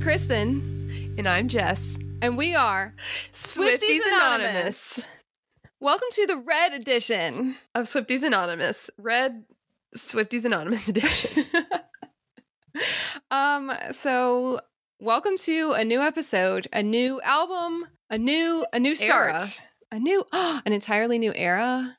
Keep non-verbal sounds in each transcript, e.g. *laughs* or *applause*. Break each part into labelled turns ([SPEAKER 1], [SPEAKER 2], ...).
[SPEAKER 1] Kristen.
[SPEAKER 2] And I'm Jess.
[SPEAKER 1] And we are Swifties, Anonymous. Welcome to the Red Edition.
[SPEAKER 2] Of Swifties Anonymous. Red Swifties Anonymous edition. *laughs*
[SPEAKER 1] Um, so welcome to a new episode, a new album, a new a new start.
[SPEAKER 2] Era.
[SPEAKER 1] A new *gasps* an entirely new era.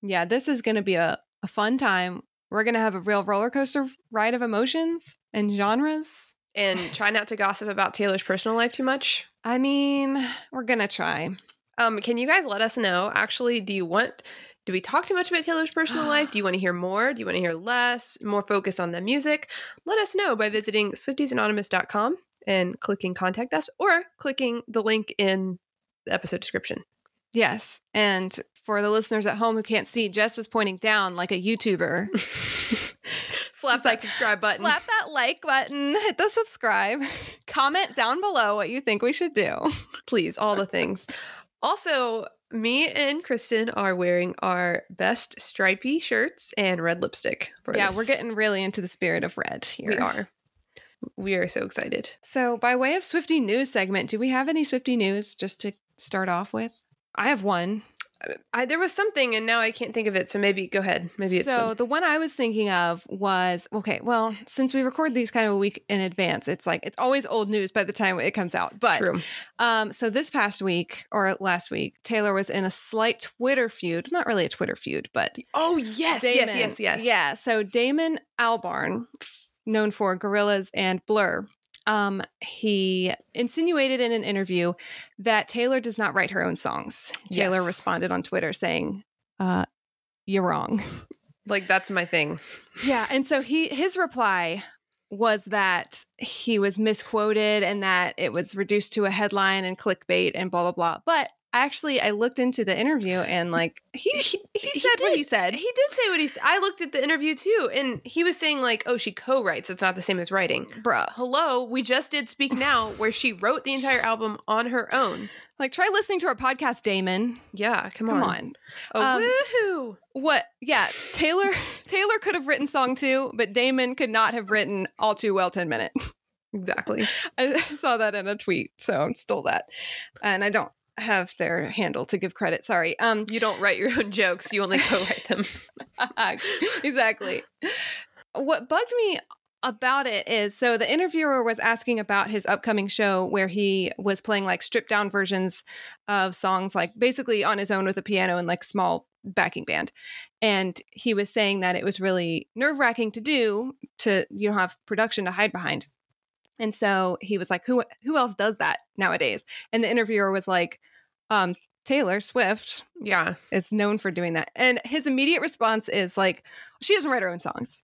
[SPEAKER 1] Yeah, this is gonna be a, a fun time. We're gonna have a real roller coaster ride of emotions and genres.
[SPEAKER 2] And try not to gossip about Taylor's personal life too much.
[SPEAKER 1] I mean, we're gonna try.
[SPEAKER 2] Um, can you guys let us know? Actually, do you want do we talk too much about Taylor's *gasps* personal life? Do you want to hear more? Do you want to hear less? More focus on the music? Let us know by visiting swifties.anonymous.com and clicking contact us or clicking the link in the episode description. *laughs*
[SPEAKER 1] Yes. And for the listeners at home who can't see, Jess was pointing down like a YouTuber.
[SPEAKER 2] Slap that
[SPEAKER 1] like,
[SPEAKER 2] subscribe button.
[SPEAKER 1] Slap that like button, *laughs* hit the subscribe, *laughs* comment down below what you think we should do.
[SPEAKER 2] please all the things also me and kristen are wearing our best stripey shirts and red lipstick for
[SPEAKER 1] Yeah,
[SPEAKER 2] this.
[SPEAKER 1] we're getting really into the spirit of red here.
[SPEAKER 2] we are we are so excited
[SPEAKER 1] So, by way of Swifty news segment, do we have any Swifty news just to start off with? I have one.
[SPEAKER 2] I, there was something and now i can't think of it so maybe go ahead maybe it's
[SPEAKER 1] so
[SPEAKER 2] fun.
[SPEAKER 1] the one I was thinking of was okay. Well, since we record these kind of a week in advance, it's like it's always old news by the time it comes out. But
[SPEAKER 2] True.
[SPEAKER 1] Um, so this past week or last week, Taylor was in a slight Twitter feud. Not really a Twitter feud, but
[SPEAKER 2] oh yes
[SPEAKER 1] Damon.
[SPEAKER 2] yes yes yes
[SPEAKER 1] Yeah. So Damon Albarn, known for Gorillas and Blur, um, he insinuated in an interview that Taylor does not write her own songs. Taylor
[SPEAKER 2] Yes.
[SPEAKER 1] responded on Twitter saying, uh, "You're wrong."
[SPEAKER 2] like that's my thing
[SPEAKER 1] yeah, and so he his reply was that he was misquoted and that it was reduced to a headline and clickbait and blah blah blah. But actually, I looked into the interview and like he he,
[SPEAKER 2] He
[SPEAKER 1] he said what
[SPEAKER 2] did.
[SPEAKER 1] he said.
[SPEAKER 2] he did say what he said i looked at the interview too and he was saying like oh she co-writes it's not the same as writing
[SPEAKER 1] Bruh.
[SPEAKER 2] hello we just did speak now where she wrote the *sighs* entire album on her own
[SPEAKER 1] Like, try listening to our podcast, Damon.
[SPEAKER 2] yeah come,
[SPEAKER 1] Come
[SPEAKER 2] on.
[SPEAKER 1] on.
[SPEAKER 2] Oh,
[SPEAKER 1] Um,
[SPEAKER 2] woohoo!
[SPEAKER 1] What? Yeah, Taylor. *laughs* Taylor could have written song two, but Damon could not have written all too well ten minute.
[SPEAKER 2] Exactly.
[SPEAKER 1] *laughs* I saw that in a tweet, so stole that, and I don't have their handle to give credit. Sorry. Um.
[SPEAKER 2] You don't write your own jokes; you only co-write them.
[SPEAKER 1] *laughs* exactly. What bugged me about it is so the interviewer was asking about his upcoming show where he was playing like stripped down versions of songs, like basically on his own with a piano and like small backing band. And he was saying that it was really nerve wracking to do to you have production to hide behind. And so he was like, Who who else does that nowadays? And the interviewer was like, um, Taylor Swift
[SPEAKER 2] *laughs* Yeah,
[SPEAKER 1] is known for doing that. And his immediate response is like, she doesn't write her own songs.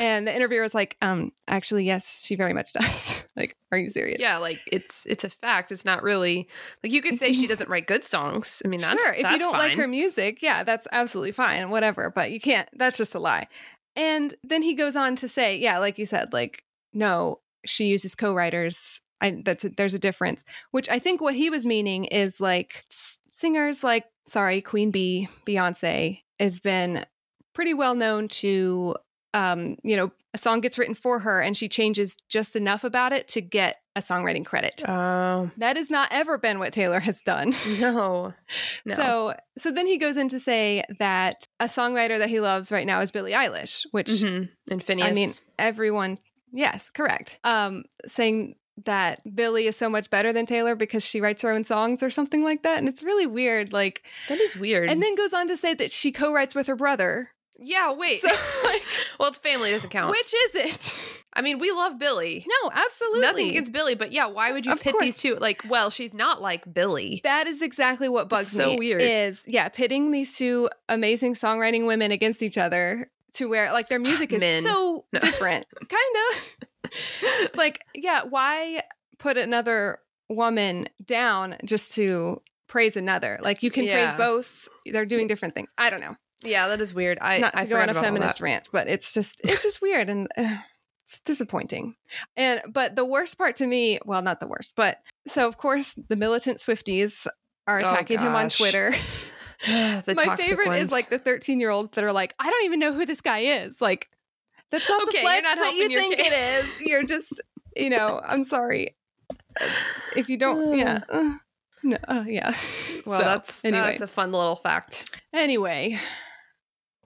[SPEAKER 1] And the interviewer is like, um, actually, yes, she very much *laughs* does. like, are you serious?
[SPEAKER 2] yeah. Like it's it's a fact. It's not really like you could say she doesn't write good songs. I mean, that's
[SPEAKER 1] sure. If you
[SPEAKER 2] that's
[SPEAKER 1] don't like
[SPEAKER 2] fine.
[SPEAKER 1] her music, yeah, that's absolutely fine, whatever. But you can't, that's just a lie. And then he goes on to say, yeah, like you said, like, no, she uses co writers. I, that's a, there's a difference, which I think what he was meaning is like s- singers like sorry Queen Bee, Beyonce has been pretty well known to um you know a song gets written for her and she changes just enough about it to get a songwriting credit.
[SPEAKER 2] Oh
[SPEAKER 1] That has not ever been what Taylor has done.
[SPEAKER 2] no, *laughs* no.
[SPEAKER 1] So so then he goes in to say that a songwriter that he loves right now is Billie Eilish, which
[SPEAKER 2] Mhm. and Phineas.
[SPEAKER 1] I mean everyone yes, correct. Um saying that Billie is so much better than Taylor because she writes her own songs or something like that and it's really weird like
[SPEAKER 2] that is weird.
[SPEAKER 1] and then goes on to say that she co-writes with her brother.
[SPEAKER 2] yeah, wait. *laughs*
[SPEAKER 1] So like
[SPEAKER 2] well, it's family it doesn't count.
[SPEAKER 1] which is it? *laughs*
[SPEAKER 2] I mean, we love Billy.
[SPEAKER 1] No, absolutely.
[SPEAKER 2] Nothing against Billy, but yeah, why would you
[SPEAKER 1] Of
[SPEAKER 2] pit
[SPEAKER 1] course.
[SPEAKER 2] these two? Like, well, she's not like Billy.
[SPEAKER 1] That is exactly what bugs
[SPEAKER 2] so
[SPEAKER 1] me.
[SPEAKER 2] weird.
[SPEAKER 1] Is yeah, pitting these two amazing songwriting women against each other to where like their music is
[SPEAKER 2] Men.
[SPEAKER 1] so
[SPEAKER 2] No.
[SPEAKER 1] different, kind of. like yeah, why put another woman down just to praise another? Like you can
[SPEAKER 2] Yeah.
[SPEAKER 1] praise both. They're doing different things. I don't know.
[SPEAKER 2] *laughs* Yeah, that is weird. I
[SPEAKER 1] Not to
[SPEAKER 2] I
[SPEAKER 1] go on
[SPEAKER 2] forgot
[SPEAKER 1] a
[SPEAKER 2] about all
[SPEAKER 1] feminist
[SPEAKER 2] that.
[SPEAKER 1] rant, but it's just it's just weird and. *sighs* Uh, it's disappointing. And but the worst part to me, well, not the worst, but so of course the militant Swifties are
[SPEAKER 2] Oh,
[SPEAKER 1] attacking him on
[SPEAKER 2] gosh.
[SPEAKER 1] Twitter.
[SPEAKER 2] *sighs* The
[SPEAKER 1] My
[SPEAKER 2] toxic
[SPEAKER 1] favorite
[SPEAKER 2] ones.
[SPEAKER 1] is like the 13 year olds that are like, I don't even know who this guy is. Like, that's not the
[SPEAKER 2] Okay, you're
[SPEAKER 1] flex
[SPEAKER 2] not
[SPEAKER 1] that you
[SPEAKER 2] helping your
[SPEAKER 1] think
[SPEAKER 2] case.
[SPEAKER 1] it is. You're just you know, I'm sorry if you
[SPEAKER 2] *sighs*
[SPEAKER 1] don't. Yeah, uh, no, uh, yeah.
[SPEAKER 2] Well,
[SPEAKER 1] So,
[SPEAKER 2] that's
[SPEAKER 1] anyway.
[SPEAKER 2] that's a fun little fact.
[SPEAKER 1] Anyway,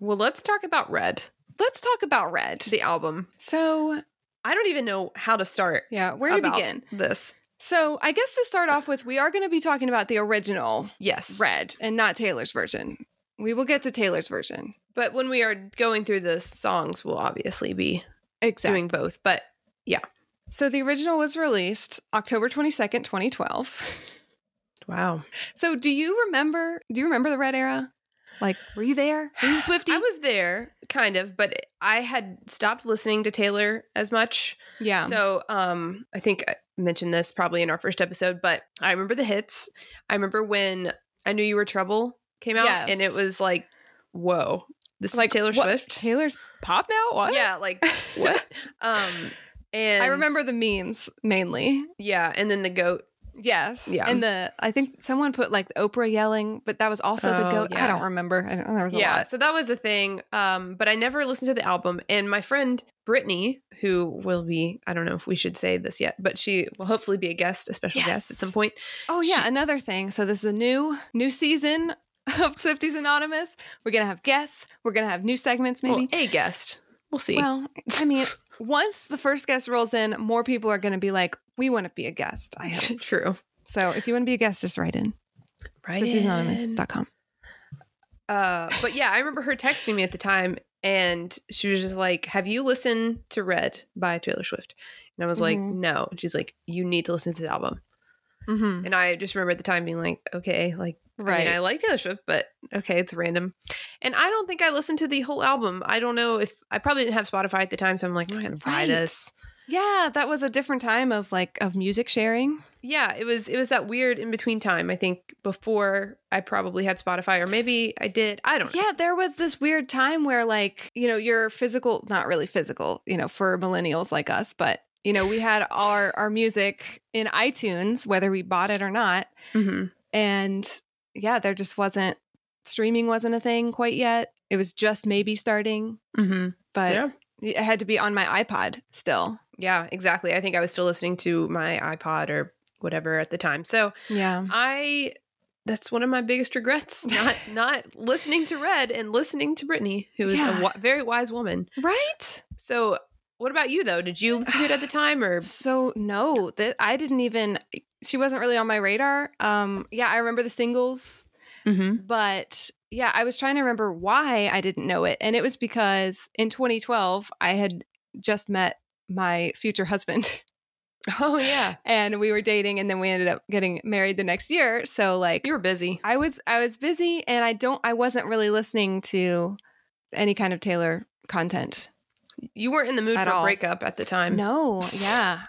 [SPEAKER 2] Well, let's talk about Red,
[SPEAKER 1] let's talk about Red.
[SPEAKER 2] the album.
[SPEAKER 1] So,
[SPEAKER 2] I don't even know how to start
[SPEAKER 1] yeah, where to
[SPEAKER 2] About-
[SPEAKER 1] begin?
[SPEAKER 2] this.
[SPEAKER 1] So, I guess to start off with, we are going to be talking about the original
[SPEAKER 2] Yes.
[SPEAKER 1] Red and not Taylor's version. We will get to Taylor's version.
[SPEAKER 2] But when we are going through the songs, we'll obviously be
[SPEAKER 1] Exactly.
[SPEAKER 2] doing both. But
[SPEAKER 1] So the original was released October 22nd, 2012.
[SPEAKER 2] *sighs* wow.
[SPEAKER 1] So do you remember do you remember the red era? Like were you there? Were *sighs* you a Swifty?
[SPEAKER 2] I was there, kind of, but I had stopped listening to Taylor as much.
[SPEAKER 1] yeah.
[SPEAKER 2] So um, I think I mentioned this probably in our first episode, but I remember the hits. I remember when I Knew You Were Trouble came out,
[SPEAKER 1] Yes.
[SPEAKER 2] and it was like, whoa, this
[SPEAKER 1] Like,
[SPEAKER 2] is Taylor
[SPEAKER 1] what-
[SPEAKER 2] Swift.
[SPEAKER 1] Taylor's pop now? What? *laughs*
[SPEAKER 2] Yeah, like what? *laughs* um, and
[SPEAKER 1] I remember the memes mainly.
[SPEAKER 2] yeah, and then the goat.
[SPEAKER 1] Yes.
[SPEAKER 2] Yeah.
[SPEAKER 1] And the I think someone put like Oprah yelling, but that was also the
[SPEAKER 2] Oh,
[SPEAKER 1] goat. I
[SPEAKER 2] yeah.
[SPEAKER 1] don't remember. I don't, there was a
[SPEAKER 2] yeah
[SPEAKER 1] lot.
[SPEAKER 2] so that was a thing um but i never listened to the album and my friend brittany who will be i don't know if we should say this yet but she will hopefully be a guest a special guest at
[SPEAKER 1] Yes.
[SPEAKER 2] some point
[SPEAKER 1] Oh yeah,
[SPEAKER 2] She-
[SPEAKER 1] another thing. So this is a new new season *laughs* of Swifties Anonymous. We're gonna have guests. We're gonna have new segments maybe.
[SPEAKER 2] well, a guest we'll see *laughs*
[SPEAKER 1] Well, I *laughs* mean, once the first guest rolls in, more people are going to be like, "We want to be a guest." *laughs* I hope.
[SPEAKER 2] true
[SPEAKER 1] So, if you want to be a guest, just write in.
[SPEAKER 2] right
[SPEAKER 1] SwiftiesAnonymous.com.
[SPEAKER 2] uh but yeah i remember her texting me at the time and she was just like have you listened to red by taylor swift and i was like
[SPEAKER 1] Mhm.
[SPEAKER 2] no and she's like you need to listen to the album
[SPEAKER 1] Mm-hmm.
[SPEAKER 2] and i just remember at the time being like okay like I
[SPEAKER 1] Right.
[SPEAKER 2] mean, I like Taylor Swift, but okay, it's random. And I don't think I listened to the whole album. I don't know if I probably didn't have Spotify at the time, so I'm like, I'm not gonna buy
[SPEAKER 1] Right.
[SPEAKER 2] this.
[SPEAKER 1] yeah, that was a different time of like of music sharing.
[SPEAKER 2] Yeah, it was it was that weird in between time. I think before I probably had Spotify, or maybe I did. I don't know.
[SPEAKER 1] Yeah, there was this weird time where like, you know, your physical, not really physical, you know, for millennials like us, but you know, we *laughs* had our our music in iTunes whether we bought it or not,
[SPEAKER 2] hmm
[SPEAKER 1] and yeah, there just wasn't streaming wasn't a thing quite yet. It was just maybe starting.
[SPEAKER 2] hmm
[SPEAKER 1] but
[SPEAKER 2] yeah,
[SPEAKER 1] it had to be on my iPod still.
[SPEAKER 2] yeah, exactly. I think I was still listening to my iPod or whatever at the time. So
[SPEAKER 1] Yeah.
[SPEAKER 2] I. That's one of my biggest
[SPEAKER 1] *laughs*
[SPEAKER 2] regrets, not not listening to Red and listening to Brittany, who is
[SPEAKER 1] Yeah.
[SPEAKER 2] a w- very wise woman.
[SPEAKER 1] Right?
[SPEAKER 2] So, what about you though? Did you listen to
[SPEAKER 1] *sighs*
[SPEAKER 2] it at the time, or
[SPEAKER 1] So no, that I didn't even eh, she wasn't really on my radar. Um yeah, I remember the singles, Mm-hmm. but yeah, I was trying to remember why I didn't know it. And it was because in 2012 I had just met my future husband *laughs*
[SPEAKER 2] oh yeah,
[SPEAKER 1] and we were dating and then we ended up getting married the next year. So like
[SPEAKER 2] you were busy?
[SPEAKER 1] I was I was busy and I don't I wasn't really listening to any kind of Taylor content.
[SPEAKER 2] You weren't in the mood
[SPEAKER 1] At
[SPEAKER 2] for
[SPEAKER 1] all.
[SPEAKER 2] a breakup at the
[SPEAKER 1] *laughs*
[SPEAKER 2] time.
[SPEAKER 1] No, yeah.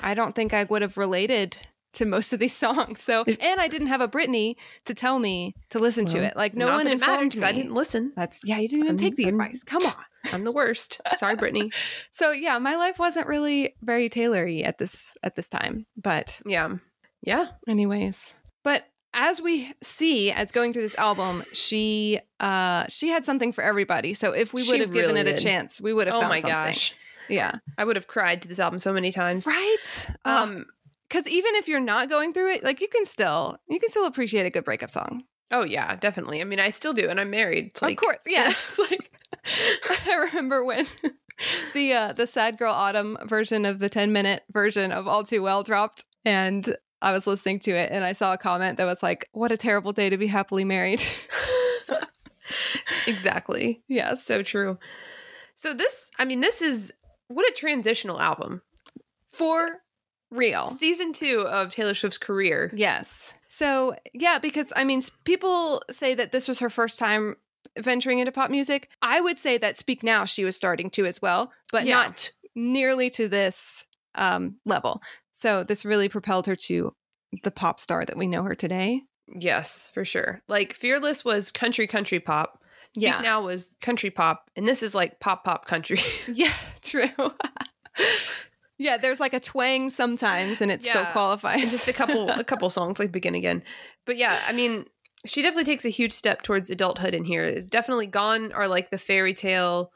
[SPEAKER 1] I don't think I would have related to most of these *laughs* songs. So, and I didn't have a Brittany to tell me to listen to
[SPEAKER 2] Well,
[SPEAKER 1] it. Like no
[SPEAKER 2] Not
[SPEAKER 1] one
[SPEAKER 2] that it mattered
[SPEAKER 1] informed me.
[SPEAKER 2] because I didn't listen.
[SPEAKER 1] That's yeah, you didn't even
[SPEAKER 2] I'm-
[SPEAKER 1] take the
[SPEAKER 2] I'm-
[SPEAKER 1] advice. Come on.
[SPEAKER 2] I'm the worst.
[SPEAKER 1] *laughs*
[SPEAKER 2] Sorry, Brittany.
[SPEAKER 1] So yeah, my life wasn't really very Taylory at this at this time. But
[SPEAKER 2] Yeah, yeah.
[SPEAKER 1] anyways, but as we see as going through this album, she uh she had something for everybody. So if we
[SPEAKER 2] She
[SPEAKER 1] would have given
[SPEAKER 2] really
[SPEAKER 1] it a
[SPEAKER 2] did.
[SPEAKER 1] chance, we would have
[SPEAKER 2] Oh
[SPEAKER 1] found
[SPEAKER 2] my
[SPEAKER 1] something.
[SPEAKER 2] gosh,
[SPEAKER 1] Yeah.
[SPEAKER 2] I would have cried to this album so many times.
[SPEAKER 1] Right? Um
[SPEAKER 2] Um.
[SPEAKER 1] because even if you're not going through it like you can still you can still appreciate a good breakup song
[SPEAKER 2] Oh yeah, definitely. I mean, I still do, and I'm married. It's like,
[SPEAKER 1] of course yeah *laughs* it's like *laughs* i remember when the uh the sad girl autumn version of the 10 minute version of all too well dropped and i was listening to it and i saw a comment that was like what a terrible day to be happily married *laughs*
[SPEAKER 2] *laughs* Exactly.
[SPEAKER 1] yes
[SPEAKER 2] So true. So this, I mean, this is what a transitional album.
[SPEAKER 1] for real
[SPEAKER 2] Season two of Taylor Swift's career.
[SPEAKER 1] Yes. So, yeah, because I mean, s- people say that this was her first time venturing into pop music. I would say that Speak Now she was starting to as well, but
[SPEAKER 2] Yeah.
[SPEAKER 1] not nearly to this um, level. So, this really propelled her to the pop star that we know her today.
[SPEAKER 2] Yes, for sure. Like Fearless was country country pop. Speak
[SPEAKER 1] Yeah.
[SPEAKER 2] Now was country pop, and this is like pop pop country.
[SPEAKER 1] *laughs*
[SPEAKER 2] *laughs*
[SPEAKER 1] Yeah, true. yeah, there's like a twang sometimes and it still
[SPEAKER 2] Yeah.
[SPEAKER 1] qualifies.
[SPEAKER 2] And just
[SPEAKER 1] *laughs*
[SPEAKER 2] a couple a couple songs like Begin Again. But yeah, I mean, she definitely takes a huge step towards adulthood in here. It's definitely gone or like the fairy tale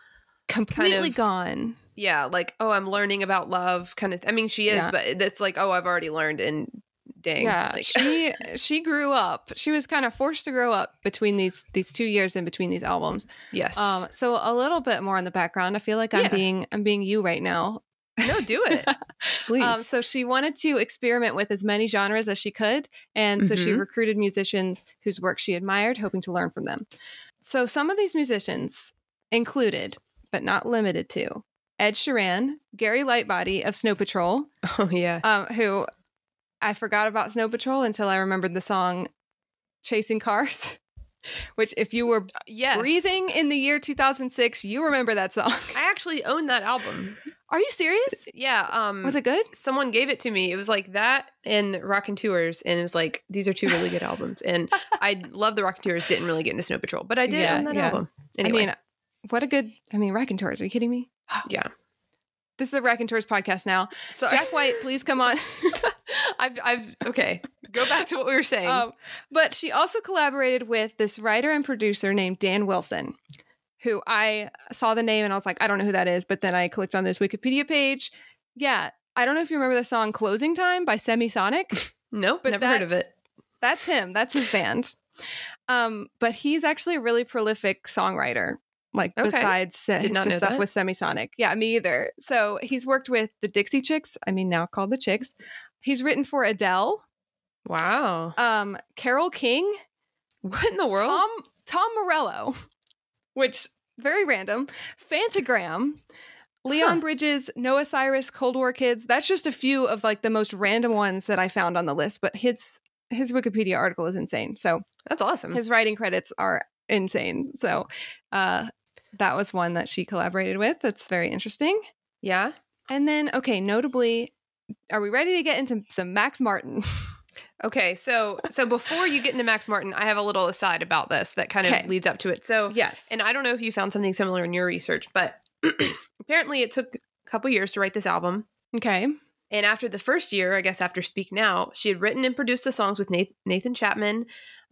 [SPEAKER 1] completely
[SPEAKER 2] of-
[SPEAKER 1] gone.
[SPEAKER 2] yeah, like, oh, I'm learning about love kind of I mean, she is,
[SPEAKER 1] Yeah.
[SPEAKER 2] but it's like, oh, I've already learned and dang.
[SPEAKER 1] Yeah,
[SPEAKER 2] like- *laughs*
[SPEAKER 1] she she grew up. She was kind of forced to grow up between these these two years in between these albums.
[SPEAKER 2] yes.
[SPEAKER 1] Um, so a little bit more in the background. I feel like I'm
[SPEAKER 2] Yeah.
[SPEAKER 1] being I'm being you right now. *laughs*
[SPEAKER 2] no, do it. Please.
[SPEAKER 1] Um, *laughs* so she wanted to experiment with as many genres as she could, and so she
[SPEAKER 2] Mhm.
[SPEAKER 1] recruited musicians whose work she admired, hoping to learn from them. So some of these musicians included, but not limited to, Ed Sheeran, Gary Lightbody of Snow Patrol,
[SPEAKER 2] oh yeah.
[SPEAKER 1] um, who I forgot about Snow Patrol until I remembered the song Chasing Cars, *laughs* which, if you were
[SPEAKER 2] uh, Yes.
[SPEAKER 1] breathing in the year 2006, you remember that
[SPEAKER 2] *laughs*
[SPEAKER 1] song.
[SPEAKER 2] I actually own that album.
[SPEAKER 1] Are you serious?
[SPEAKER 2] Yeah. Um
[SPEAKER 1] *laughs* Was it good?
[SPEAKER 2] someone gave it to me. It was like that and Rockin' Tours, and it was like these are two really good
[SPEAKER 1] *laughs*
[SPEAKER 2] albums. And I love the Rockin' Tours. Didn't really get into Snow Patrol, but I did
[SPEAKER 1] Yeah,
[SPEAKER 2] own that
[SPEAKER 1] yeah.
[SPEAKER 2] album. Anyway,
[SPEAKER 1] I mean, what a good, I mean, Rack and Tours. Are you kidding me?
[SPEAKER 2] Yeah.
[SPEAKER 1] *gasps* This is the Rack and Tours podcast now. *laughs*
[SPEAKER 2] sorry.
[SPEAKER 1] Jack White, please come
[SPEAKER 2] *laughs*
[SPEAKER 1] on.
[SPEAKER 2] I've, I've okay. Go back to what we were saying.
[SPEAKER 1] Um, but she also collaborated with this writer and producer named Dan Wilson, who I saw the name and I was like, I don't know who that is. But then I clicked on this Wikipedia page. Yeah, I don't know if you remember the song "Closing Time" by
[SPEAKER 2] *laughs*
[SPEAKER 1] Semisonic.
[SPEAKER 2] no,
[SPEAKER 1] but
[SPEAKER 2] never heard of
[SPEAKER 1] that's-
[SPEAKER 2] it.
[SPEAKER 1] That's him. That's his band. Um, but he's actually a really prolific songwriter. Like
[SPEAKER 2] Okay.
[SPEAKER 1] besides se-
[SPEAKER 2] Did not
[SPEAKER 1] the
[SPEAKER 2] know
[SPEAKER 1] stuff
[SPEAKER 2] that.
[SPEAKER 1] with Semisonic. Yeah, me either. So he's worked with the Dixie Chicks. I mean, now called the Chicks. He's written for Adele,
[SPEAKER 2] Wow.
[SPEAKER 1] um, Carol King,
[SPEAKER 2] What in the world?
[SPEAKER 1] Tom Tom Morello, *laughs* which very random. Fantagram, Leon
[SPEAKER 2] Huh.
[SPEAKER 1] Bridges, Noah Cyrus, Cold War Kids. That's just a few of like the most random ones that I found on the list. But his his Wikipedia article is insane. So
[SPEAKER 2] that's awesome.
[SPEAKER 1] his writing credits are insane. So uh, that was one that she collaborated with. That's very interesting.
[SPEAKER 2] yeah.
[SPEAKER 1] And then okay, notably, are we ready to get into some Max
[SPEAKER 2] *laughs*
[SPEAKER 1] Martin?
[SPEAKER 2] Okay. So so before you get into Max Martin, I have a little aside about this that kind of
[SPEAKER 1] Okay.
[SPEAKER 2] leads up to it. So
[SPEAKER 1] yes.
[SPEAKER 2] And I don't know if you found something similar in your research, but *clears throat* apparently it took a couple years to write this album.
[SPEAKER 1] Okay.
[SPEAKER 2] And after the first year, I guess after Speak Now, she had written and produced the songs with Nath- Nathan Chapman,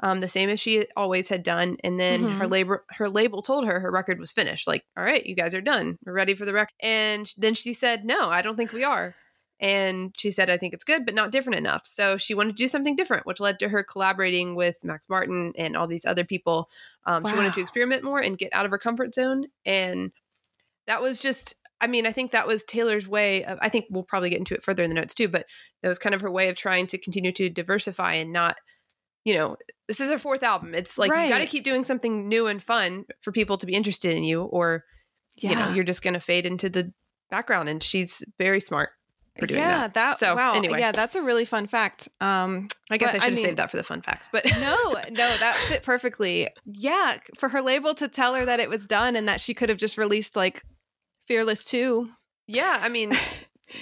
[SPEAKER 2] um, the same as she always had done. And then her
[SPEAKER 1] Mhm.
[SPEAKER 2] labor her label told her her record was finished. Like, all right, you guys are done. We're ready for the record. And then she said, no, I don't think we are. And she said, I think it's good, but not different enough. So she wanted to do something different, which led to her collaborating with Max Martin and all these other people. Um, She wanted to
[SPEAKER 1] Wow.
[SPEAKER 2] experiment more and get out of her comfort zone. And that was just, I mean, I think that was Taylor's way of, I think we'll probably get into it further in the notes too, but that was kind of her way of trying to continue to diversify and not, you know, this is her fourth album. It's like you got to
[SPEAKER 1] Right.
[SPEAKER 2] keep doing something new and fun for people to be interested in you, or, you know, you're just going to fade into the background. And she's very smart. for doing
[SPEAKER 1] yeah, that.
[SPEAKER 2] So,
[SPEAKER 1] wow.
[SPEAKER 2] anyway.
[SPEAKER 1] Yeah, that's a really fun fact. Um,
[SPEAKER 2] I guess
[SPEAKER 1] But,
[SPEAKER 2] I
[SPEAKER 1] I
[SPEAKER 2] should have
[SPEAKER 1] mean-
[SPEAKER 2] saved that for the fun facts, but
[SPEAKER 1] no, no, that fit perfectly. Yeah, for her label to tell her that it was done and that she could have just released like Fearless 2.
[SPEAKER 2] *laughs* yeah,
[SPEAKER 1] *laughs*
[SPEAKER 2] I mean,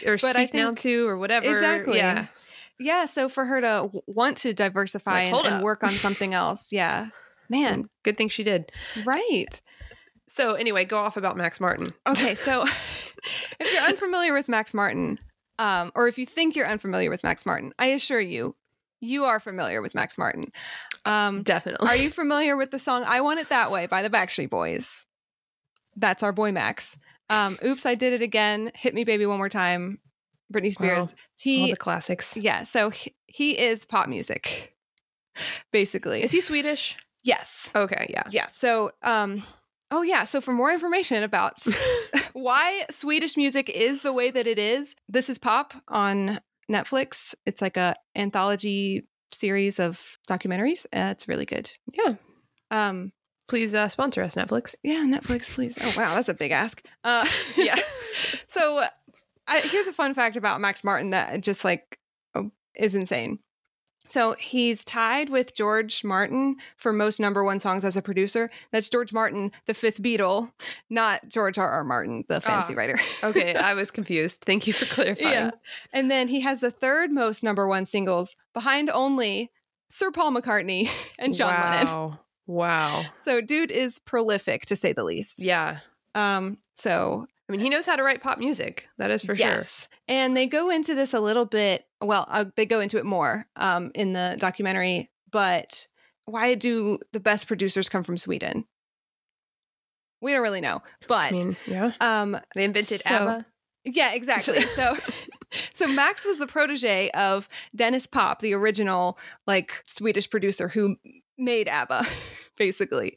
[SPEAKER 2] or
[SPEAKER 1] But I
[SPEAKER 2] speak now
[SPEAKER 1] think-
[SPEAKER 2] too, or whatever.
[SPEAKER 1] Exactly.
[SPEAKER 2] Yeah.
[SPEAKER 1] Yeah, so for her to w- want to diversify
[SPEAKER 2] Like,
[SPEAKER 1] and,
[SPEAKER 2] hold
[SPEAKER 1] and
[SPEAKER 2] up.
[SPEAKER 1] work on something else. Yeah.
[SPEAKER 2] *laughs*
[SPEAKER 1] Man,
[SPEAKER 2] Good thing she did.
[SPEAKER 1] right.
[SPEAKER 2] So anyway, go off about Max Martin. *laughs*
[SPEAKER 1] Okay, so if you're unfamiliar with Max Martin, um, or if you think you're unfamiliar with Max Martin, I assure you, you are familiar with Max Martin. Um,
[SPEAKER 2] Definitely.
[SPEAKER 1] Are you familiar with the song I Want It That Way by the Backstreet Boys? That's our boy Max. Um, Oops, I Did It Again. Hit Me Baby One More Time. Britney Spears.
[SPEAKER 2] Wow. All
[SPEAKER 1] He, *laughs*
[SPEAKER 2] the classics.
[SPEAKER 1] yeah, so he, he is pop music, basically.
[SPEAKER 2] Is he Swedish?
[SPEAKER 1] yes.
[SPEAKER 2] Okay, yeah.
[SPEAKER 1] Yeah. So, um, oh, yeah. So, for more information about s- why Swedish music is the way that it is, this is Pop on Netflix. It's like a anthology series of documentaries. Uh, it's really good.
[SPEAKER 2] Yeah.
[SPEAKER 1] Um,
[SPEAKER 2] Please uh, sponsor us,
[SPEAKER 1] *laughs*
[SPEAKER 2] Netflix.
[SPEAKER 1] yeah, Netflix, please. Oh, wow, that's a big ask. Uh,
[SPEAKER 2] Yeah.
[SPEAKER 1] so, I, here's a fun fact about Max Martin that just like oh, is insane. So he's tied with George Martin for most number one songs as a producer. That's George Martin, the fifth Beatle, not George R. R. Martin, the fantasy
[SPEAKER 2] Ah.
[SPEAKER 1] writer. *laughs*
[SPEAKER 2] Okay, I was confused. Thank you for clarifying.
[SPEAKER 1] Yeah. And then he has the third most number one singles behind only Sir Paul McCartney *laughs* and John
[SPEAKER 2] wow.
[SPEAKER 1] Lennon.
[SPEAKER 2] Wow.
[SPEAKER 1] So dude is prolific to say the least.
[SPEAKER 2] Yeah.
[SPEAKER 1] Um, so
[SPEAKER 2] I mean, he knows how to write pop music. That is for sure.
[SPEAKER 1] And they go into this a little bit, well, uh, they go into it more um, in the documentary, but why do the best producers come from Sweden? We don't really know, but
[SPEAKER 2] I mean, yeah.
[SPEAKER 1] um,
[SPEAKER 2] They invented
[SPEAKER 1] So-
[SPEAKER 2] ABBA.
[SPEAKER 1] yeah,
[SPEAKER 2] *laughs*
[SPEAKER 1] exactly. So, *laughs* so Max was the protege of Dennis Pop, the original like Swedish producer who made ABBA, *laughs* basically.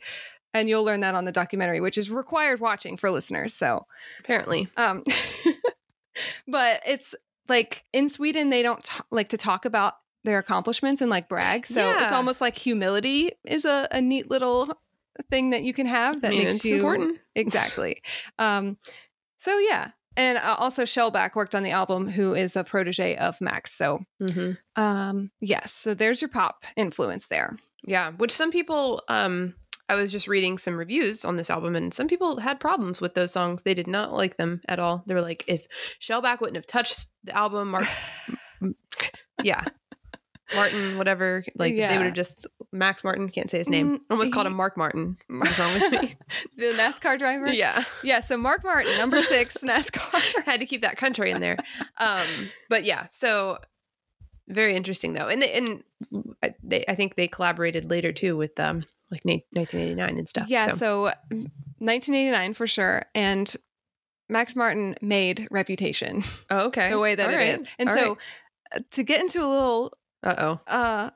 [SPEAKER 1] And you'll learn that on the documentary, which is required watching for listeners. So,
[SPEAKER 2] Apparently,
[SPEAKER 1] um, *laughs* but it's like in Sweden they don't t- like to talk about their accomplishments and like brag. So it's
[SPEAKER 2] Yeah.
[SPEAKER 1] almost like humility is a, a neat little thing that you can have that
[SPEAKER 2] I mean,
[SPEAKER 1] makes
[SPEAKER 2] it's
[SPEAKER 1] you
[SPEAKER 2] important.
[SPEAKER 1] exactly. um, so yeah, and uh, also Shellback worked on the album, who is a protege of Max. So
[SPEAKER 2] Mm-hmm.
[SPEAKER 1] um, yes, so there's your pop influence there.
[SPEAKER 2] Yeah, which some people um I was just reading some reviews on this album and some people had problems with those songs. They did not like them at all. They were like if Shellback wouldn't have touched the
[SPEAKER 1] *laughs*
[SPEAKER 2] album Mark Yeah. Martin whatever, like they
[SPEAKER 1] Yeah.
[SPEAKER 2] would have just Max Martin, can't say his name.
[SPEAKER 1] Mm,
[SPEAKER 2] Almost called
[SPEAKER 1] he-
[SPEAKER 2] him
[SPEAKER 1] *laughs*
[SPEAKER 2] Mark Martin. What's
[SPEAKER 1] the
[SPEAKER 2] wrong with me?
[SPEAKER 1] NASCAR
[SPEAKER 2] *laughs*
[SPEAKER 1] driver.
[SPEAKER 2] yeah.
[SPEAKER 1] yeah. So Mark Martin, number six, *laughs* NASCAR.
[SPEAKER 2] had to keep that country in there. *laughs* Um, but yeah, so very interesting though, and they, and I- they, I think they collaborated later too with um like na- 1989 and stuff.
[SPEAKER 1] Yeah,
[SPEAKER 2] so,
[SPEAKER 1] so, 1989 for sure, and Max Martin made Reputation
[SPEAKER 2] oh, okay,
[SPEAKER 1] the way that it is, and so uh, to get into a little.
[SPEAKER 2] uh oh,
[SPEAKER 1] uh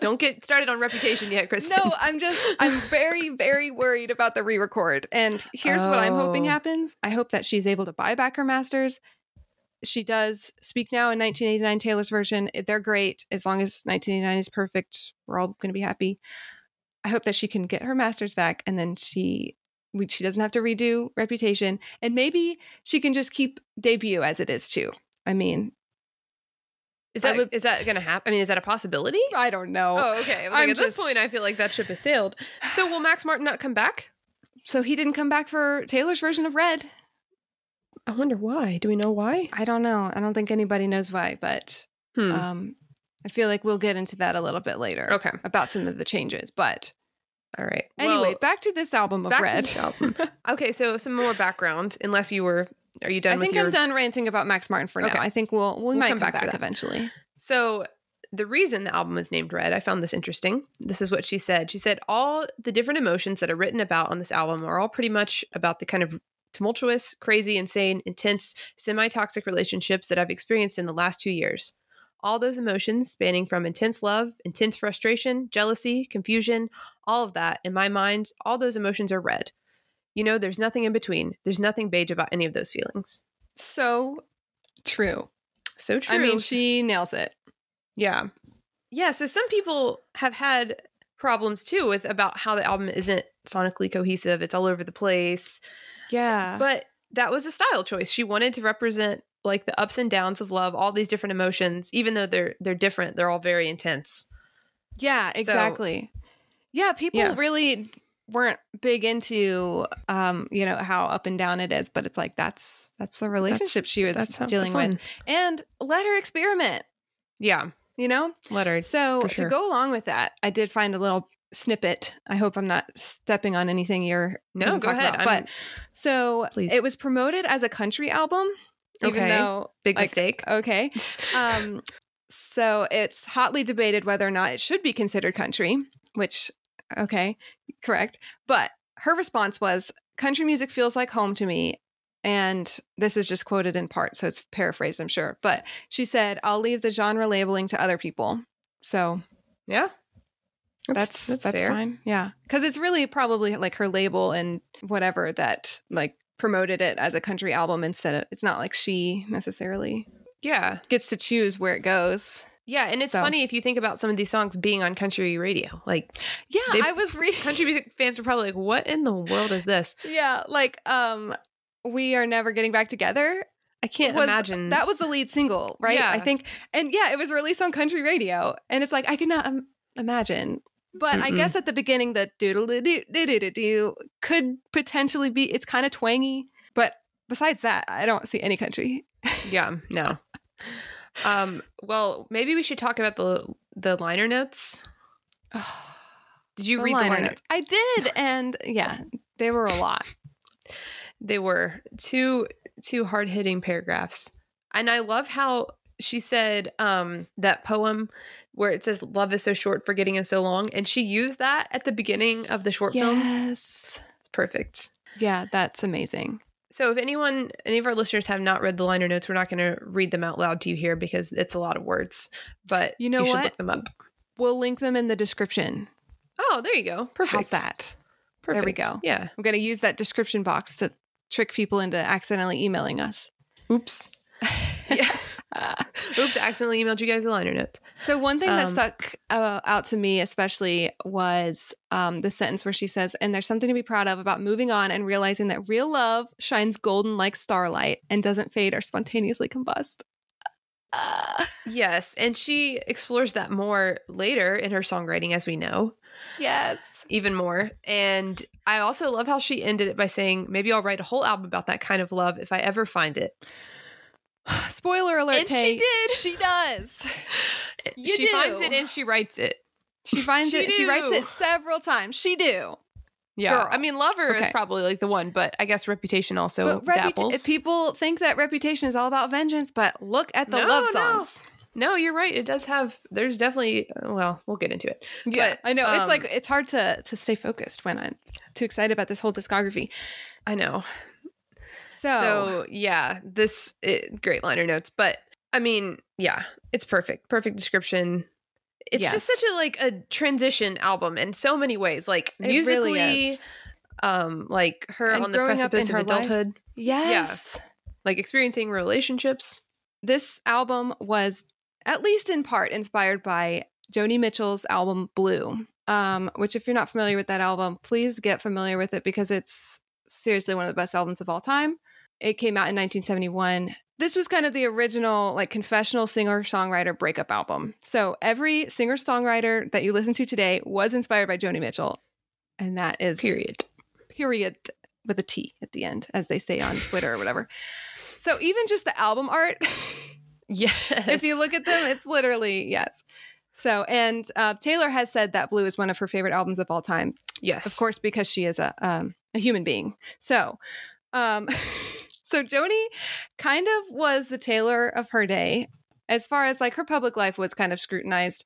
[SPEAKER 2] don't get started on Reputation yet, Kristen.
[SPEAKER 1] No, I'm just I'm very very worried about the re-record. And here's what I'm hoping
[SPEAKER 2] Oh.
[SPEAKER 1] happens. I hope that she's able to buy back her masters. She does speak now in 1989 Taylor's version. They're great as long as 1989 is perfect. We're all going to be happy. I hope that she can get her masters back and then she we, she doesn't have to redo Reputation and maybe she can just keep debut as it is too. I mean,
[SPEAKER 2] *laughs* is that
[SPEAKER 1] I
[SPEAKER 2] is
[SPEAKER 1] would-
[SPEAKER 2] that gonna happen? I mean, is that a possibility?
[SPEAKER 1] I don't know.
[SPEAKER 2] Oh, okay. I was
[SPEAKER 1] I'm
[SPEAKER 2] like, at
[SPEAKER 1] just-
[SPEAKER 2] this point, I feel like that ship has sailed. So, will Max Martin not come back?
[SPEAKER 1] So he didn't come back for Taylor's version of Red.
[SPEAKER 2] I wonder why. Do we know why?
[SPEAKER 1] I don't know. I don't think anybody knows why, but
[SPEAKER 2] Hmm.
[SPEAKER 1] um, I feel like we'll get into that a little bit later
[SPEAKER 2] okay.
[SPEAKER 1] about some of the changes. But
[SPEAKER 2] All right.
[SPEAKER 1] anyway,
[SPEAKER 2] Well,
[SPEAKER 1] back to this album of
[SPEAKER 2] back to
[SPEAKER 1] Red. *laughs*
[SPEAKER 2] this album. Okay, so some more background. Unless you were, are you done?
[SPEAKER 1] I
[SPEAKER 2] with
[SPEAKER 1] think
[SPEAKER 2] your...
[SPEAKER 1] I'm done ranting about Max Martin for
[SPEAKER 2] Okay.
[SPEAKER 1] now. I think we'll we
[SPEAKER 2] We'll
[SPEAKER 1] might
[SPEAKER 2] come
[SPEAKER 1] come,
[SPEAKER 2] back
[SPEAKER 1] back,
[SPEAKER 2] to that.
[SPEAKER 1] eventually.
[SPEAKER 2] So the reason the album is named Red, I found this interesting. This is what she said. She said all the different emotions that are written about on this album are all pretty much about the kind of tumultuous, crazy, insane, intense, semi-toxic relationships that I've experienced in the last 2 years. All those emotions spanning from intense love, intense frustration, jealousy, confusion, all of that in my mind, all those emotions are red. You know, there's nothing in between. There's nothing beige about any of those feelings.
[SPEAKER 1] So true.
[SPEAKER 2] So true.
[SPEAKER 1] I mean, she nails it.
[SPEAKER 2] Yeah. Yeah. So some people have had problems too with about how the album isn't sonically cohesive. It's all over the place.
[SPEAKER 1] Yeah, but
[SPEAKER 2] But that was a style choice. She wanted to represent like the ups and downs of love, all these different emotions, even though they're they're different, they're all very intense.
[SPEAKER 1] yeah,
[SPEAKER 2] So-
[SPEAKER 1] exactly. yeah, people
[SPEAKER 2] Yeah.
[SPEAKER 1] really weren't big into um you know how up and down it is but it's like that's that's the relationship she was dealing with and let her experiment
[SPEAKER 2] Yeah.
[SPEAKER 1] you know
[SPEAKER 2] Letters.
[SPEAKER 1] So
[SPEAKER 2] for sure.
[SPEAKER 1] to go along with that, I did find a little snippet. I hope I'm not stepping on anything you're
[SPEAKER 2] No,
[SPEAKER 1] gonna
[SPEAKER 2] go
[SPEAKER 1] talk
[SPEAKER 2] ahead.
[SPEAKER 1] about.
[SPEAKER 2] I'm-
[SPEAKER 1] But so
[SPEAKER 2] Please.
[SPEAKER 1] it was promoted as a country album, even
[SPEAKER 2] Okay.
[SPEAKER 1] though
[SPEAKER 2] big
[SPEAKER 1] like- *laughs*
[SPEAKER 2] mistake.
[SPEAKER 1] okay. Um, so it's hotly debated whether or not it should be considered country. Which okay, correct. But her response was, "Country music feels like home to me." And this is just quoted in part, so it's paraphrased, I'm sure. But she said, I'll leave the genre labeling to other people. So
[SPEAKER 2] yeah.
[SPEAKER 1] that's that's, fine. Yeah, because it's really probably like her label and whatever that like promoted it as a country album instead of. It's not like she necessarily
[SPEAKER 2] Yeah.
[SPEAKER 1] gets to choose where it goes.
[SPEAKER 2] Yeah. And it's
[SPEAKER 1] So-
[SPEAKER 2] funny if you think about some of these songs being on country radio. Like
[SPEAKER 1] Yeah,
[SPEAKER 2] They-
[SPEAKER 1] I was reading.
[SPEAKER 2] country music fans are probably like, what in the world is this?
[SPEAKER 1] *laughs* Yeah, like um, we are never getting back together.
[SPEAKER 2] I can't
[SPEAKER 1] was-
[SPEAKER 2] imagine
[SPEAKER 1] That was the lead single, right?
[SPEAKER 2] Yeah.
[SPEAKER 1] I think, and yeah, it was released on country radio, and it's like I cannot um, imagine. But I
[SPEAKER 2] Mm-mm.
[SPEAKER 1] guess at the beginning, the doodle doo doo doo doo doo could potentially be. It's kind of twangy, but besides that, I don't see any country.
[SPEAKER 2] Yeah, no. um, well, maybe we should talk about the the liner
[SPEAKER 1] *sighs*
[SPEAKER 2] notes. Did you
[SPEAKER 1] The
[SPEAKER 2] read the
[SPEAKER 1] liner
[SPEAKER 2] liner
[SPEAKER 1] notes. I
[SPEAKER 2] *laughs*
[SPEAKER 1] did, and yeah, they were a lot.
[SPEAKER 2] They were two two hard hitting paragraphs, and I love how she said um, that poem where it says "Love is so short, forgetting is so long," and she used that at the beginning of the short film.
[SPEAKER 1] Yes,
[SPEAKER 2] It's perfect.
[SPEAKER 1] Yeah, that's amazing.
[SPEAKER 2] So if anyone, any of our listeners have not read the liner notes, we're not going to read them out loud to you here because it's a lot of words. But
[SPEAKER 1] You know
[SPEAKER 2] should
[SPEAKER 1] what?
[SPEAKER 2] look them up.
[SPEAKER 1] We'll link them in the description.
[SPEAKER 2] Oh, there you go. Perfect.
[SPEAKER 1] How's that?
[SPEAKER 2] Perfect.
[SPEAKER 1] we go.
[SPEAKER 2] Yeah.
[SPEAKER 1] I'm going to use that description box to trick people into accidentally emailing us. *laughs*
[SPEAKER 2] Oops. *laughs* yeah. Oops. I accidentally emailed you guys the liner notes.
[SPEAKER 1] So one thing that
[SPEAKER 2] Um,
[SPEAKER 1] stuck uh, out to me especially was um, the sentence where she says, "And there's something to be proud of about moving on and realizing that real love shines golden like starlight and doesn't fade or spontaneously
[SPEAKER 2] *sighs*
[SPEAKER 1] combust." Uh,
[SPEAKER 2] Yes, and she explores that more later in her songwriting, as we know,
[SPEAKER 1] yes.
[SPEAKER 2] even more. And I also love how she ended it by saying, "Maybe I'll write a whole album about that kind of love if I ever find it."
[SPEAKER 1] Spoiler alert!
[SPEAKER 2] And she
[SPEAKER 1] Tay.
[SPEAKER 2] did.
[SPEAKER 1] She *laughs* does. You
[SPEAKER 2] she
[SPEAKER 1] do.
[SPEAKER 2] finds it and she writes it.
[SPEAKER 1] She finds
[SPEAKER 2] She
[SPEAKER 1] it. She writes
[SPEAKER 2] do.
[SPEAKER 1] it several times. She do.
[SPEAKER 2] Girl. I
[SPEAKER 1] I mean,
[SPEAKER 2] mean, Lover is
[SPEAKER 1] Okay.
[SPEAKER 2] probably like the one, but I guess Reputation also
[SPEAKER 1] but reputa-
[SPEAKER 2] dabbles.
[SPEAKER 1] people think that reputation is all about vengeance, but look at the
[SPEAKER 2] No,
[SPEAKER 1] love
[SPEAKER 2] no.
[SPEAKER 1] songs.
[SPEAKER 2] no, you're right. It does have. There's definitely. uh, Well, we'll get into it.
[SPEAKER 1] Yeah,
[SPEAKER 2] But,
[SPEAKER 1] I know. it's
[SPEAKER 2] um,
[SPEAKER 1] like it's hard to to stay focused when I'm too excited about this whole discography.
[SPEAKER 2] I know.
[SPEAKER 1] So,
[SPEAKER 2] So yeah, this it, great liner notes, but I mean, yeah, it's perfect, perfect description. It's just
[SPEAKER 1] Yes.
[SPEAKER 2] such a like a transition album in so many ways, like
[SPEAKER 1] It
[SPEAKER 2] musically,
[SPEAKER 1] really is.
[SPEAKER 2] um, like her
[SPEAKER 1] And
[SPEAKER 2] on the
[SPEAKER 1] growing up
[SPEAKER 2] precipice
[SPEAKER 1] in
[SPEAKER 2] of
[SPEAKER 1] her life.
[SPEAKER 2] adulthood,
[SPEAKER 1] yes,
[SPEAKER 2] like experiencing relationships.
[SPEAKER 1] this album was at least in part inspired by Joni Mitchell's album Blue. Um, which, if you're not familiar with that album, please get familiar with it because it's seriously one of the best albums of all time. It came out in 1971. This was kind of the original, like, confessional singer songwriter breakup album. So, every singer songwriter that you listen to today was inspired by Joni Mitchell. And that is
[SPEAKER 2] Period.
[SPEAKER 1] period with a T at the end, as they say on Twitter or whatever. So even just the album art,
[SPEAKER 2] Yes.
[SPEAKER 1] if you look at them, it's literally yes. So and uh, Taylor has said that Blue is one of her favorite albums of all time,
[SPEAKER 2] yes,
[SPEAKER 1] of course, because she is a um, a human being. So, um, *laughs* so Joni kind of was the Taylor of her day, as far as like her public life was kind of scrutinized,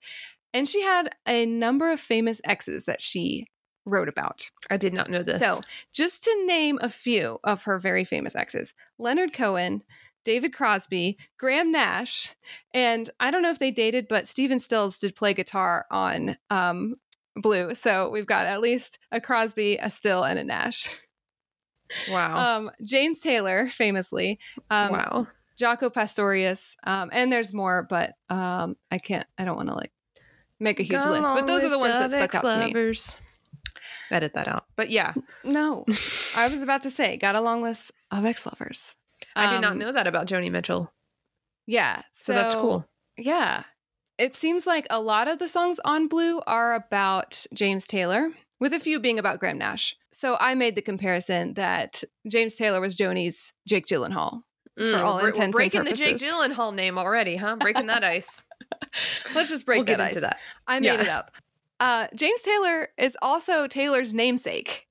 [SPEAKER 1] and she had a number of famous exes that she wrote about.
[SPEAKER 2] I did not know this.
[SPEAKER 1] So, just to name a few of her very famous exes Leonard Cohen, David Crosby, Graham Nash, and I don't know if they dated, but Steven Stills did play guitar on um, Blue. So, we've got at least a Crosby, a Still, and a Nash.
[SPEAKER 2] wow,
[SPEAKER 1] Um, James Taylor, famously, um,
[SPEAKER 2] wow.
[SPEAKER 1] Jaco Pastorius, um, and there's more, but um, I can't, I don't want to like make a huge
[SPEAKER 2] Gone
[SPEAKER 1] list. But those are the
[SPEAKER 2] list
[SPEAKER 1] ones that
[SPEAKER 2] of
[SPEAKER 1] stuck out to me.
[SPEAKER 2] ex-lovers. Edit that out, but yeah,
[SPEAKER 1] No, I was about to say, got a long list of ex lovers. Um,
[SPEAKER 2] I did not know that about Joni Mitchell,
[SPEAKER 1] Yeah.
[SPEAKER 2] so that's cool.
[SPEAKER 1] Yeah. It seems like a lot of the songs on Blue are about James Taylor, with a few being about Graham Nash. So I made the comparison that James Taylor was Joni's Jake Gyllenhaal. for all
[SPEAKER 2] Mm, we're- we're
[SPEAKER 1] intents and
[SPEAKER 2] breaking the Jake
[SPEAKER 1] purposes.
[SPEAKER 2] Gyllenhaal name already, huh? Breaking that
[SPEAKER 1] *laughs*
[SPEAKER 2] ice.
[SPEAKER 1] Let's just break
[SPEAKER 2] we'll
[SPEAKER 1] that
[SPEAKER 2] get
[SPEAKER 1] ice.
[SPEAKER 2] into that.
[SPEAKER 1] I made
[SPEAKER 2] Yeah.
[SPEAKER 1] it up. Uh, James Taylor is also Taylor's namesake.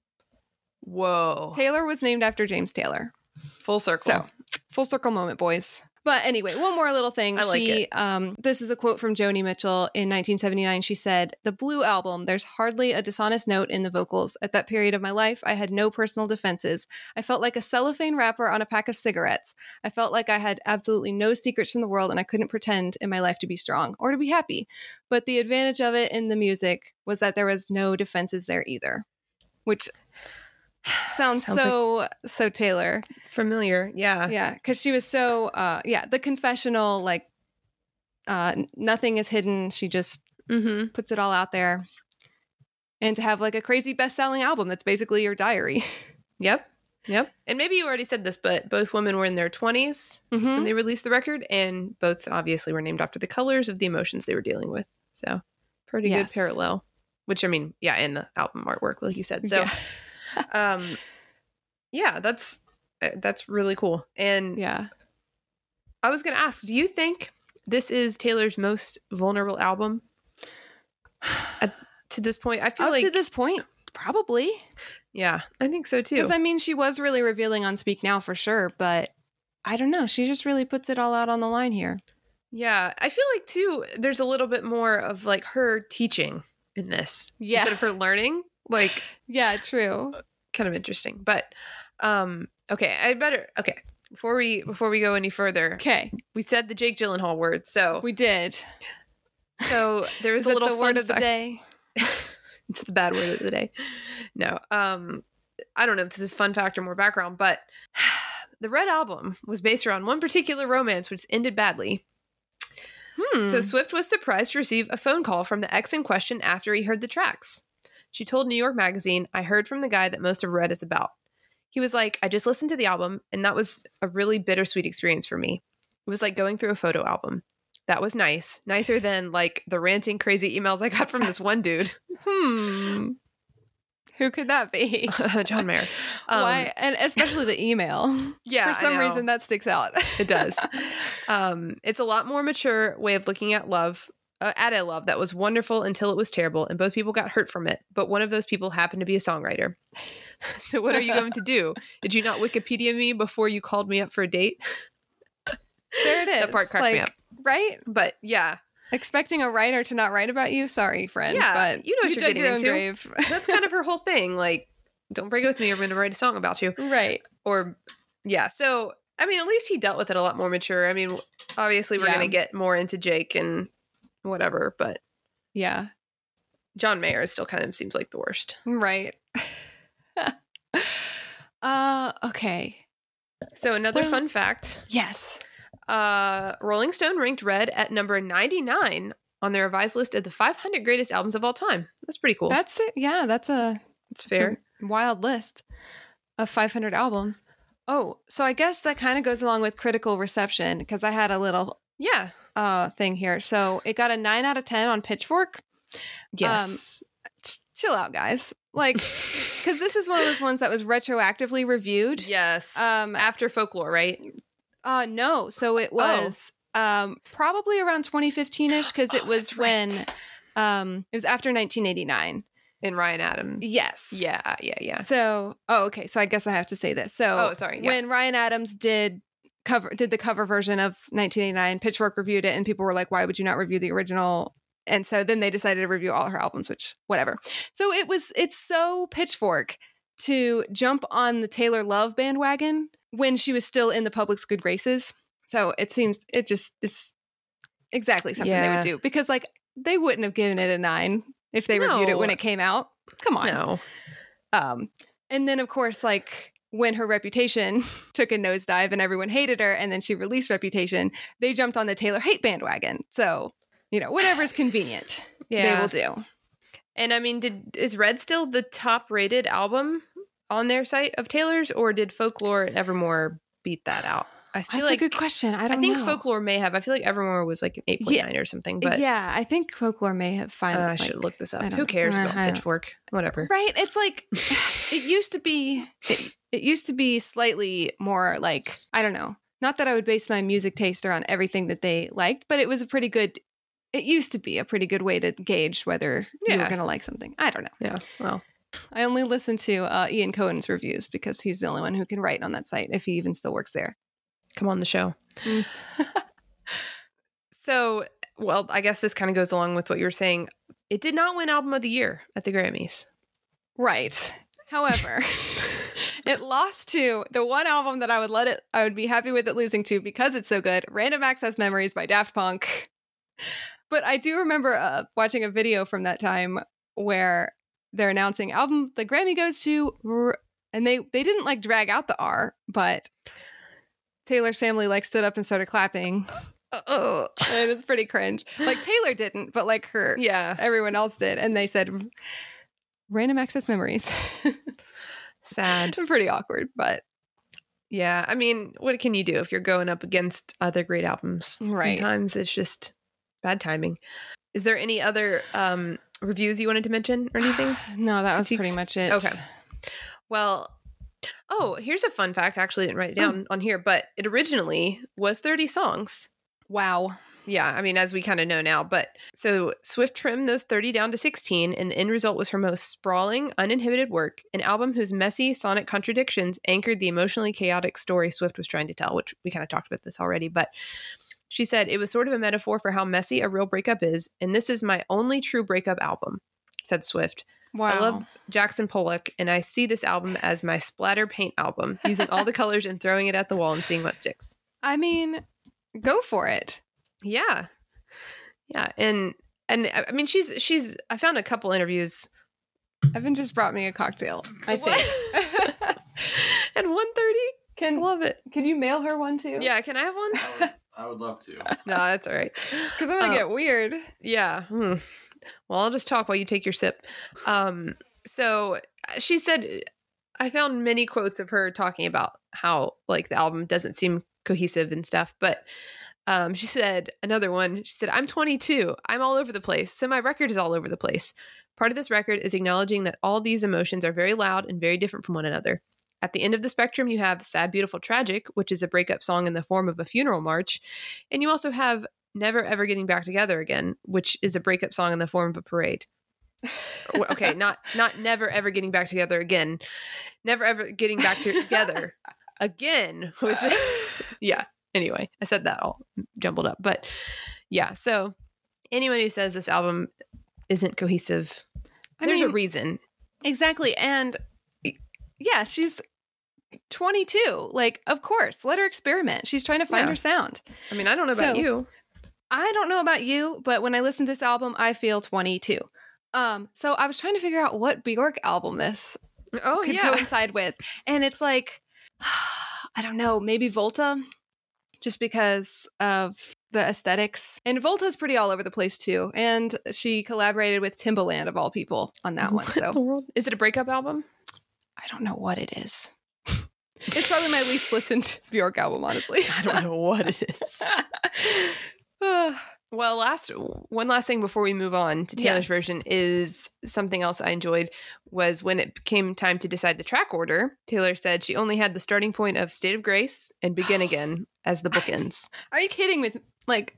[SPEAKER 2] Whoa,
[SPEAKER 1] Taylor was named after James Taylor.
[SPEAKER 2] full circle.
[SPEAKER 1] So, full circle moment, boys. But anyway, one more little thing.
[SPEAKER 2] I like
[SPEAKER 1] she, Um, this is a quote from Joni Mitchell in 1979. She said, "The Blue album. There's hardly a dishonest note in the vocals. At that period of my life, I had no personal defenses. I felt like a cellophane wrapper on a pack of cigarettes. I felt like I had absolutely no secrets from the world, and I couldn't pretend in my life to be strong or to be happy. But the advantage of it in the music was that there was no defenses there either, which." *sighs* Sounds,
[SPEAKER 2] Sounds like-
[SPEAKER 1] so so Taylor
[SPEAKER 2] familiar, yeah.
[SPEAKER 1] yeah because she was so uh yeah the confessional like uh n- nothing is hidden she just
[SPEAKER 2] Mm-hmm.
[SPEAKER 1] puts it all out there and to have like a crazy best-selling album that's basically your diary
[SPEAKER 2] Yep, yep. And maybe you already said this, but both women were in their 20s when
[SPEAKER 1] Mhm.
[SPEAKER 2] they released the record, and both obviously were named after the colors of the emotions they were dealing with. So, pretty
[SPEAKER 1] Yes.
[SPEAKER 2] good parallel. Which I mean, yeah, in the album artwork, like you said. So,
[SPEAKER 1] yeah, *laughs*
[SPEAKER 2] um, yeah, that's uh, that's really cool. And
[SPEAKER 1] yeah.
[SPEAKER 2] I was going to ask, do you think this is Taylor's most vulnerable album *sighs* At- to this point? I feel
[SPEAKER 1] up
[SPEAKER 2] like
[SPEAKER 1] to this point probably
[SPEAKER 2] yeah, I think so too.
[SPEAKER 1] because i mean she was really revealing on speak now for sure but i don't know she just really puts it all out on the line here
[SPEAKER 2] yeah, I feel like too there's a little bit more of like her teaching in this
[SPEAKER 1] Yeah.
[SPEAKER 2] instead of her learning. Like
[SPEAKER 1] yeah true
[SPEAKER 2] kind of interesting. But um okay, I better okay. Before we before we go any further,
[SPEAKER 1] Okay,
[SPEAKER 2] we said the Jake Gyllenhaal word. So
[SPEAKER 1] we did.
[SPEAKER 2] so there
[SPEAKER 1] *laughs*
[SPEAKER 2] is
[SPEAKER 1] Is
[SPEAKER 2] a
[SPEAKER 1] it
[SPEAKER 2] little
[SPEAKER 1] the word
[SPEAKER 2] fun
[SPEAKER 1] of the
[SPEAKER 2] fact-
[SPEAKER 1] day?
[SPEAKER 2] *laughs* it's the bad word of the day. No. Um I don't know if this is fun fact or more background, but *sighs* the Red Album was based around one particular romance which ended badly.
[SPEAKER 1] Hmm.
[SPEAKER 2] So Swift was surprised to receive a phone call from the ex in question after he heard the tracks. She told New York Magazine, I heard from the guy that most of Red is about. He was like, I just listened to the album, and that was a really bittersweet experience for me. It was like going through a photo album. That was nice. Nicer than like the ranting, crazy emails I got from this one dude, *laughs*
[SPEAKER 1] hmm. Who could that be?
[SPEAKER 2] John Mayer.
[SPEAKER 1] Why? And especially the email.
[SPEAKER 2] Um,
[SPEAKER 1] *laughs*
[SPEAKER 2] Yeah.
[SPEAKER 1] For
[SPEAKER 2] I
[SPEAKER 1] some
[SPEAKER 2] know.
[SPEAKER 1] reason, that sticks out.
[SPEAKER 2] it does. um, it's a lot more mature way of looking at love. Uh, at a love that was wonderful until it was terrible, and both people got hurt from it. But one of those people happened to be a songwriter. *laughs* so what are you going to
[SPEAKER 1] *laughs*
[SPEAKER 2] do? Did you not Wikipedia me before you called me up for a date?
[SPEAKER 1] *laughs* there it is.
[SPEAKER 2] That part cracked me up.
[SPEAKER 1] Right?
[SPEAKER 2] But yeah,
[SPEAKER 1] Expecting a writer to not write about you? Sorry, friend.
[SPEAKER 2] Yeah,
[SPEAKER 1] but
[SPEAKER 2] you know what you're
[SPEAKER 1] dug
[SPEAKER 2] getting
[SPEAKER 1] your own
[SPEAKER 2] into.
[SPEAKER 1] grave. *laughs*
[SPEAKER 2] that's kind of her whole thing. Like, don't break up with me. I'm going to write a song about you.
[SPEAKER 1] right.
[SPEAKER 2] Or yeah. So I mean, at least he dealt with it a lot more mature. I mean, obviously we're
[SPEAKER 1] Yeah.
[SPEAKER 2] going to get more into Jake and whatever, but
[SPEAKER 1] Yeah.
[SPEAKER 2] John Mayer is still kind of seems like the worst.
[SPEAKER 1] Right. *laughs* uh. Okay.
[SPEAKER 2] So another
[SPEAKER 1] Well-
[SPEAKER 2] fun fact:
[SPEAKER 1] Yes.
[SPEAKER 2] uh, Rolling Stone ranked Red at number ninety nine on their revised list of the five hundred greatest albums of all time. That's pretty cool.
[SPEAKER 1] That's it. Yeah. That's a
[SPEAKER 2] That's
[SPEAKER 1] it's a
[SPEAKER 2] fair.
[SPEAKER 1] wild list of 500 albums. Oh, so I guess that kind of goes along with critical reception because I had a little
[SPEAKER 2] Yeah.
[SPEAKER 1] uh thing here. So it got a 9 out of 10 on Pitchfork. *laughs*
[SPEAKER 2] Yes.
[SPEAKER 1] Ch- chill out, guys.
[SPEAKER 2] *laughs*
[SPEAKER 1] Like cuz this is one of those ones that was retroactively reviewed.
[SPEAKER 2] yes.
[SPEAKER 1] Um
[SPEAKER 2] After folklore, right?
[SPEAKER 1] uh no, so
[SPEAKER 2] Oh.
[SPEAKER 1] it was um probably around
[SPEAKER 2] *gasps*
[SPEAKER 1] 2015ish cuz it
[SPEAKER 2] Oh,
[SPEAKER 1] was
[SPEAKER 2] that's
[SPEAKER 1] when
[SPEAKER 2] right.
[SPEAKER 1] um it was after 1989.
[SPEAKER 2] In Ryan Adams.
[SPEAKER 1] Yes.
[SPEAKER 2] Yeah. Yeah. Yeah.
[SPEAKER 1] So, oh, okay. So I guess I have to say this. So,
[SPEAKER 2] Oh, sorry. Yeah.
[SPEAKER 1] when Ryan Adams did cover did the cover version of 1989, Pitchfork reviewed it, and people were like, "Why would you not review the original?" And so then they decided to review all her albums, which whatever. So it was it's so Pitchfork to jump on the Taylor Love bandwagon when she was still in the public's good graces. So it seems it just it's exactly something they
[SPEAKER 2] Yeah.
[SPEAKER 1] would do because like they wouldn't have given it a nine if they reviewed it when
[SPEAKER 2] No.
[SPEAKER 1] it came out. Come on.
[SPEAKER 2] no.
[SPEAKER 1] Um, and then, of course, like when her reputation *laughs* took a nosedive and everyone hated her, and then she released Reputation, they jumped on the Taylor hate bandwagon. So, you know, whatever's convenient,
[SPEAKER 2] Yeah.
[SPEAKER 1] they will do.
[SPEAKER 2] and I mean, did is Red still the top rated album on their site of Taylor's, or did folklore and Evermore beat that out? I feel
[SPEAKER 1] That's
[SPEAKER 2] like
[SPEAKER 1] a good question. I
[SPEAKER 2] I
[SPEAKER 1] don't
[SPEAKER 2] think
[SPEAKER 1] know.
[SPEAKER 2] folklore may have. I feel like Evermore was like an eight point nine or something, but uh,
[SPEAKER 1] yeah, I think folklore may have
[SPEAKER 2] I,
[SPEAKER 1] finally.
[SPEAKER 2] should look this up.
[SPEAKER 1] I don't
[SPEAKER 2] Who
[SPEAKER 1] know.
[SPEAKER 2] cares
[SPEAKER 1] Uh,
[SPEAKER 2] about
[SPEAKER 1] I don't-
[SPEAKER 2] Pitchfork?
[SPEAKER 1] *laughs*
[SPEAKER 2] Whatever.
[SPEAKER 1] Right? It's like *sighs* it used to be. It, it used to be slightly more like I don't know. Not that I would base my music taste around everything that they liked, but it was a pretty good. It used to be a pretty good way to gauge whether you were
[SPEAKER 2] Yeah.
[SPEAKER 1] going to like something. I don't know.
[SPEAKER 2] Yeah. Well.
[SPEAKER 1] I only listen to uh, Ian Cohen's reviews because he's the only one who can write on that site if he even still works there.
[SPEAKER 2] come on the show.
[SPEAKER 1] Mm.
[SPEAKER 2] *laughs* so, well, I guess this kind of goes along with what you were saying. It did not win album of the year at the Grammys.
[SPEAKER 1] Right. However, it lost to the one album that I would let it I would be happy with it losing to because it's so good, Random Access Memories by Daft Punk. But I do remember uh, watching a video from that time where they're announcing album the Grammy goes to R- and they they didn't like drag out the R, but Taylor's family like stood up and started clapping.
[SPEAKER 2] Oh,
[SPEAKER 1] and it's pretty cringe. Like Taylor didn't, but like her,
[SPEAKER 2] *laughs* yeah.
[SPEAKER 1] everyone else did, and they said random access memories.
[SPEAKER 2] Sad.
[SPEAKER 1] pretty awkward, but
[SPEAKER 2] Yeah. I mean, what can you do if you're going up against other great albums?
[SPEAKER 1] Right.
[SPEAKER 2] Sometimes it's just bad timing. Is there any other um, reviews you wanted to mention or *sighs* anything?
[SPEAKER 1] no, that was
[SPEAKER 2] Critiques.
[SPEAKER 1] pretty much it.
[SPEAKER 2] Okay. *sighs* Well, oh, here's a fun fact. I actually didn't write it down on here, but it originally was 30 songs.
[SPEAKER 1] Wow.
[SPEAKER 2] Yeah, I mean, as we kind of know now, but so Swift trimmed those 30 down to 16, and the end result was her most sprawling, uninhibited work, an album whose messy sonic contradictions anchored the emotionally chaotic story Swift was trying to tell, which we kind of talked about this already. But she said it was sort of a metaphor for how messy a real breakup is, and this is my only true breakup album, said Swift.
[SPEAKER 1] Wow.
[SPEAKER 2] I love Jackson Pollock, and I see this album as my splatter paint album, using all the colors and throwing it at the wall and seeing what sticks.
[SPEAKER 1] I mean, go for it.
[SPEAKER 2] Yeah, yeah, and and I I mean, she's she's. I found a couple interviews.
[SPEAKER 1] Evan just brought me a cocktail. I think. *laughs*
[SPEAKER 2] What? at one thirty. I
[SPEAKER 1] Can
[SPEAKER 2] love it.
[SPEAKER 1] can you mail her one too?
[SPEAKER 2] Yeah, can I have one?
[SPEAKER 3] I would, I would love to.
[SPEAKER 2] No, that's all right.
[SPEAKER 1] Because I'm gonna
[SPEAKER 2] Uh,
[SPEAKER 1] get weird.
[SPEAKER 2] Yeah. hmm. Well, I'll just talk while you take your sip. Um, so uh, she said, I found many quotes of her talking about how like the album doesn't seem cohesive and stuff, but um, she said another one. She said, "I'm 22. I'm all over the place, so my record is all over the place. Part of this record is acknowledging that all these emotions are very loud and very different from one another." At the end of the spectrum, you have Sad, Beautiful, Tragic, which is a breakup song in the form of a funeral march. And you also have Never Ever Getting Back Together Again, which is a breakup song in the form of a parade. W- okay, not not never ever getting back together again. Never ever getting back together again. Which is, yeah. Anyway, I said that all jumbled up, but yeah. So anyone who says this album isn't cohesive,
[SPEAKER 1] I
[SPEAKER 2] there's
[SPEAKER 1] mean,
[SPEAKER 2] a reason.
[SPEAKER 1] exactly, and y- yeah, she's 22. Like, of course, let her experiment. She's trying to find
[SPEAKER 2] Yeah.
[SPEAKER 1] her sound.
[SPEAKER 2] I mean, I don't know about
[SPEAKER 1] So-
[SPEAKER 2] you.
[SPEAKER 1] I don't know about you, but when I listen to this album, I feel 22. Um, so I was trying to figure out what Bjork album this
[SPEAKER 2] Oh
[SPEAKER 1] could
[SPEAKER 2] yeah,
[SPEAKER 1] coincide with, and it's like, *sighs* I don't know, maybe Volta, just because of the aesthetics. And Volta's pretty all over the place too, and she collaborated with Timbaland of all people on that one.
[SPEAKER 2] What in the
[SPEAKER 1] So
[SPEAKER 2] world? Is it a breakup *laughs* album?
[SPEAKER 1] I don't know what it
[SPEAKER 2] *laughs*
[SPEAKER 1] is. it's probably my least listened *laughs* Bjork album, honestly.
[SPEAKER 2] know what it is.
[SPEAKER 1] *laughs* Ugh.
[SPEAKER 2] *laughs* Well, last one last thing before we move on to Taylor's
[SPEAKER 1] Yes.
[SPEAKER 2] version is something else I enjoyed was when it came time to decide the track order. Taylor said she only had the starting point of State of Grace and *sighs* Begin Again as the bookends.
[SPEAKER 1] Are you kidding? With like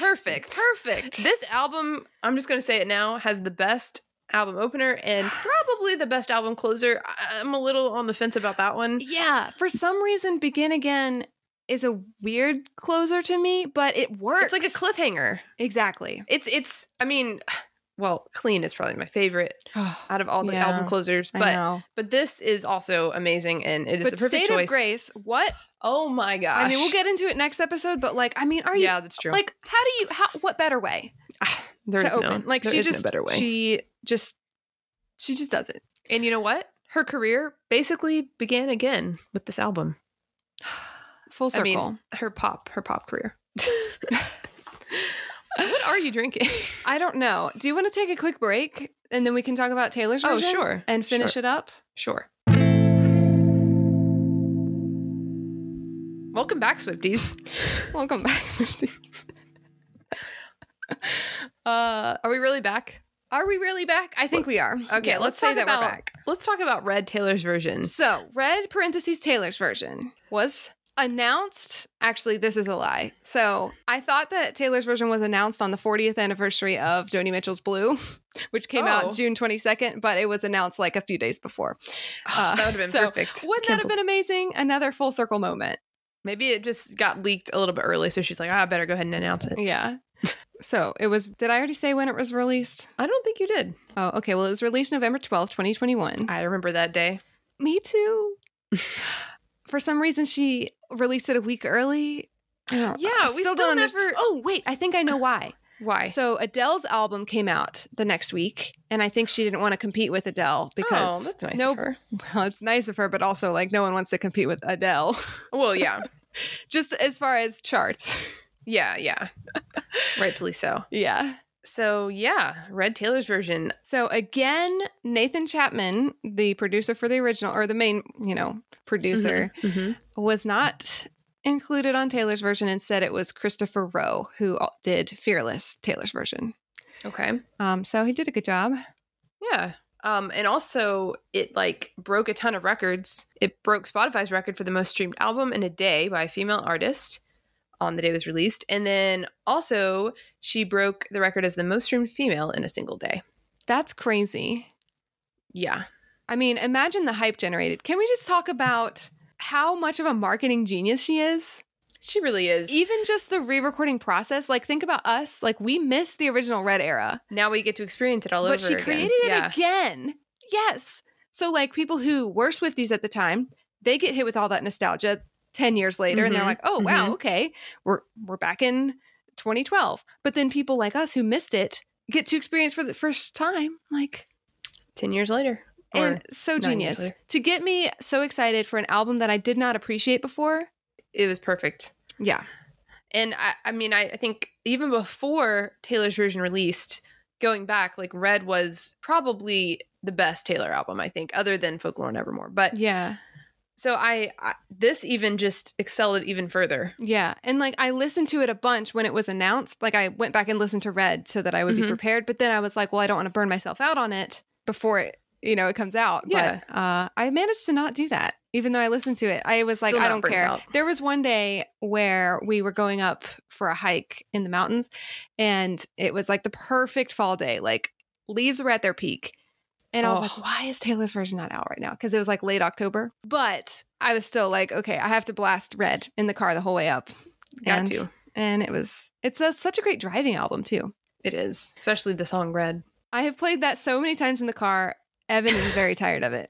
[SPEAKER 2] Perfect.
[SPEAKER 1] perfect.
[SPEAKER 2] This album, I'm just going to say it now, has the best album opener
[SPEAKER 1] *sighs*
[SPEAKER 2] and probably the best album closer. I- I'm a little on the fence about that one.
[SPEAKER 1] *laughs* Yeah, for some reason, Begin Again is a weird closer to me, but it works.
[SPEAKER 2] It's like a cliffhanger.
[SPEAKER 1] exactly.
[SPEAKER 2] It's it's I mean, *sighs* well, Clean is probably my favorite
[SPEAKER 1] *sighs*
[SPEAKER 2] out of all the
[SPEAKER 1] Yeah.
[SPEAKER 2] album closers,
[SPEAKER 1] I
[SPEAKER 2] but
[SPEAKER 1] know.
[SPEAKER 2] But this is also amazing, and it is
[SPEAKER 1] but
[SPEAKER 2] the perfect
[SPEAKER 1] State
[SPEAKER 2] choice.
[SPEAKER 1] of Grace, what?
[SPEAKER 2] Oh my gosh!
[SPEAKER 1] I mean, we'll get into it next episode, but like, I mean, are you
[SPEAKER 2] yeah, that's true.
[SPEAKER 1] like, how do you? How what better way
[SPEAKER 2] there
[SPEAKER 1] to
[SPEAKER 2] is
[SPEAKER 1] open?
[SPEAKER 2] no
[SPEAKER 1] like,
[SPEAKER 2] there
[SPEAKER 1] she
[SPEAKER 2] is
[SPEAKER 1] just
[SPEAKER 2] no better way.
[SPEAKER 1] she just she just does it.
[SPEAKER 2] and you know what? Her career basically began again with this album.
[SPEAKER 1] Full
[SPEAKER 2] I
[SPEAKER 1] circle.
[SPEAKER 2] mean, Her pop, her pop career. *laughs* what are you *laughs* drinking?
[SPEAKER 1] I don't know. Do you want to take a quick break and then we can talk about Taylor's
[SPEAKER 2] Oh,
[SPEAKER 1] version
[SPEAKER 2] sure,
[SPEAKER 1] and finish
[SPEAKER 2] sure.
[SPEAKER 1] it up?
[SPEAKER 2] Sure. Welcome back, Swifties.
[SPEAKER 1] Welcome back, Swifty. *laughs* uh,
[SPEAKER 2] Are we really back?
[SPEAKER 1] are we really back? I think we are.
[SPEAKER 2] Okay,
[SPEAKER 1] Yeah,
[SPEAKER 2] let's
[SPEAKER 1] say
[SPEAKER 2] talk
[SPEAKER 1] that
[SPEAKER 2] about-
[SPEAKER 1] we're back.
[SPEAKER 2] Let's talk about Red Taylor's version.
[SPEAKER 1] So, red parentheses Taylor's version was announced. Actually, this is a lie. So, I thought that Taylor's version was announced on the 40th anniversary of Joni Mitchell's Blue, *laughs* which came
[SPEAKER 2] Oh.
[SPEAKER 1] out June 22nd, but it was announced like a few days before. Uh,
[SPEAKER 2] *sighs* that would have *laughs* been
[SPEAKER 1] so
[SPEAKER 2] perfect.
[SPEAKER 1] *laughs* Wouldn't that
[SPEAKER 2] Can't
[SPEAKER 1] have been amazing? Another full circle moment.
[SPEAKER 2] Maybe it just got leaked a little bit early, so she's like, ah, I better go ahead and announce it.
[SPEAKER 1] Yeah.
[SPEAKER 2] *laughs*
[SPEAKER 1] So it was, did I already say when it was released?
[SPEAKER 2] I don't think you did.
[SPEAKER 1] Oh, okay. Well, it was released November 12th, 2021.
[SPEAKER 2] I remember that day.
[SPEAKER 1] Me too.
[SPEAKER 2] *laughs*
[SPEAKER 1] For some reason, she released it a week early. I don't-
[SPEAKER 2] Yeah,
[SPEAKER 1] I
[SPEAKER 2] we still
[SPEAKER 1] underst-
[SPEAKER 2] never-
[SPEAKER 1] Oh, wait. I think I know why.
[SPEAKER 2] Why?
[SPEAKER 1] So Adele's album came out the next week, and I think she didn't want to compete with Adele because
[SPEAKER 2] oh, that's nice
[SPEAKER 1] no,
[SPEAKER 2] of her.
[SPEAKER 1] well, it's nice of her, but also like no one wants to compete with Adele, *laughs*
[SPEAKER 2] Well, yeah.
[SPEAKER 1] just as far as charts. *laughs*
[SPEAKER 2] Yeah, yeah. *laughs* Rightfully so.
[SPEAKER 1] Yeah.
[SPEAKER 2] So, yeah, Red Taylor's version.
[SPEAKER 1] So again, Nathan Chapman, the producer for the original or the main, you know, producer,
[SPEAKER 2] Mm-hmm.
[SPEAKER 1] was not included on Taylor's version and said it was Christopher Rowe who did Fearless Taylor's version.
[SPEAKER 2] Okay.
[SPEAKER 1] Um, so he did a good job.
[SPEAKER 2] Yeah. Um, and also, it like broke a ton of records. It broke Spotify's record for the most streamed album in a day by a female artist on the day it was released. And then also, she broke the record as the most streamed female in a single day.
[SPEAKER 1] That's crazy.
[SPEAKER 2] Yeah.
[SPEAKER 1] I mean, imagine the hype generated. Can we just talk about how much of a marketing genius she is?
[SPEAKER 2] She really is.
[SPEAKER 1] Even just the re-recording process, like think about us, like we missed the original Red era,
[SPEAKER 2] now we get to experience it all
[SPEAKER 1] but
[SPEAKER 2] over
[SPEAKER 1] she
[SPEAKER 2] again.
[SPEAKER 1] created it
[SPEAKER 2] yeah.
[SPEAKER 1] again. Yes. So like people who were Swifties at the time, they get hit with all that nostalgia 10 years later and they're
[SPEAKER 2] Mhm.
[SPEAKER 1] like, "Oh, wow,
[SPEAKER 2] Mhm.
[SPEAKER 1] okay. We're we're back in 2012." But then people like us who missed it get to experience for the first time like
[SPEAKER 2] 10 years later. Or
[SPEAKER 1] and so
[SPEAKER 2] years
[SPEAKER 1] genius
[SPEAKER 2] later.
[SPEAKER 1] to get me so excited for an album that I did not appreciate before.
[SPEAKER 2] it was perfect.
[SPEAKER 1] Yeah.
[SPEAKER 2] And I, I mean, I, I think even before Taylor's version released, going back, like Red was probably the best Taylor album, I think, other than Folklore Nevermore. But
[SPEAKER 1] uh, Yeah.
[SPEAKER 2] so I, I this even just excelled it even further.
[SPEAKER 1] Yeah. And like I listened to it a bunch when it was announced. Like I went back and listened to Red so that I would
[SPEAKER 2] Mhm.
[SPEAKER 1] be prepared. But then I was like, well, I don't want to burn myself out on it before it, you know, it comes out.
[SPEAKER 2] Yeah.
[SPEAKER 1] But uh, I managed to not do that, even though I listened to it. I was like,
[SPEAKER 2] Still
[SPEAKER 1] I
[SPEAKER 2] not
[SPEAKER 1] don't
[SPEAKER 2] burnt
[SPEAKER 1] care.
[SPEAKER 2] out.
[SPEAKER 1] There was one day where we were going up for a hike in the mountains and it was like the perfect fall day. Like leaves were at their peak. And I was
[SPEAKER 2] Oh.
[SPEAKER 1] like, why is Taylor's version not out right now? Because it was like late October. But I was still like, okay, I have to blast red in the car the whole way up
[SPEAKER 2] Got
[SPEAKER 1] And-
[SPEAKER 2] to.
[SPEAKER 1] and it was it's a, such a great driving album too
[SPEAKER 2] It is, especially the song *laughs* Red. *sighs*
[SPEAKER 1] i have played that so many times in the car evan is very tired of it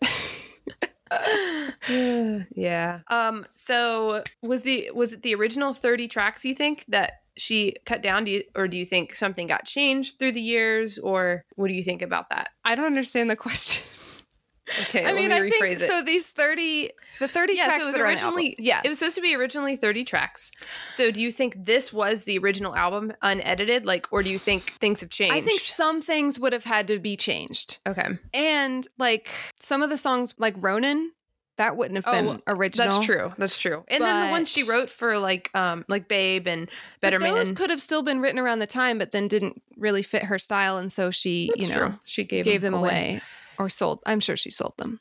[SPEAKER 2] yeah. Um. So was the was it the original thirty tracks? You think that she cut down? Do you, or do you think something got changed through the years? Or what do you think about that?
[SPEAKER 1] *laughs* i don't understand the question
[SPEAKER 2] *laughs* Okay.
[SPEAKER 1] i
[SPEAKER 2] let
[SPEAKER 1] mean
[SPEAKER 2] me
[SPEAKER 1] i think
[SPEAKER 2] rephrase it.
[SPEAKER 1] so these 30 the 30
[SPEAKER 2] Yeah, so
[SPEAKER 1] tracks
[SPEAKER 2] it was
[SPEAKER 1] that are on the
[SPEAKER 2] originally-
[SPEAKER 1] album. yes
[SPEAKER 2] It was supposed to be originally 30 tracks. So do you think this was the original album unedited like or do you think things have changed?
[SPEAKER 1] i think some things would have had to be changed
[SPEAKER 2] Okay.
[SPEAKER 1] and like some of the songs like ronan that wouldn't have
[SPEAKER 2] Oh,
[SPEAKER 1] been
[SPEAKER 2] well,
[SPEAKER 1] original
[SPEAKER 2] That's true. That's true. And then the one
[SPEAKER 1] But-
[SPEAKER 2] she wrote for like um like Babe and Better
[SPEAKER 1] but those
[SPEAKER 2] Man.
[SPEAKER 1] could have still been written around the time but then didn't really fit her style and so she
[SPEAKER 2] That's
[SPEAKER 1] you know
[SPEAKER 2] true. She gave,
[SPEAKER 1] gave them away or sold i'm sure she sold them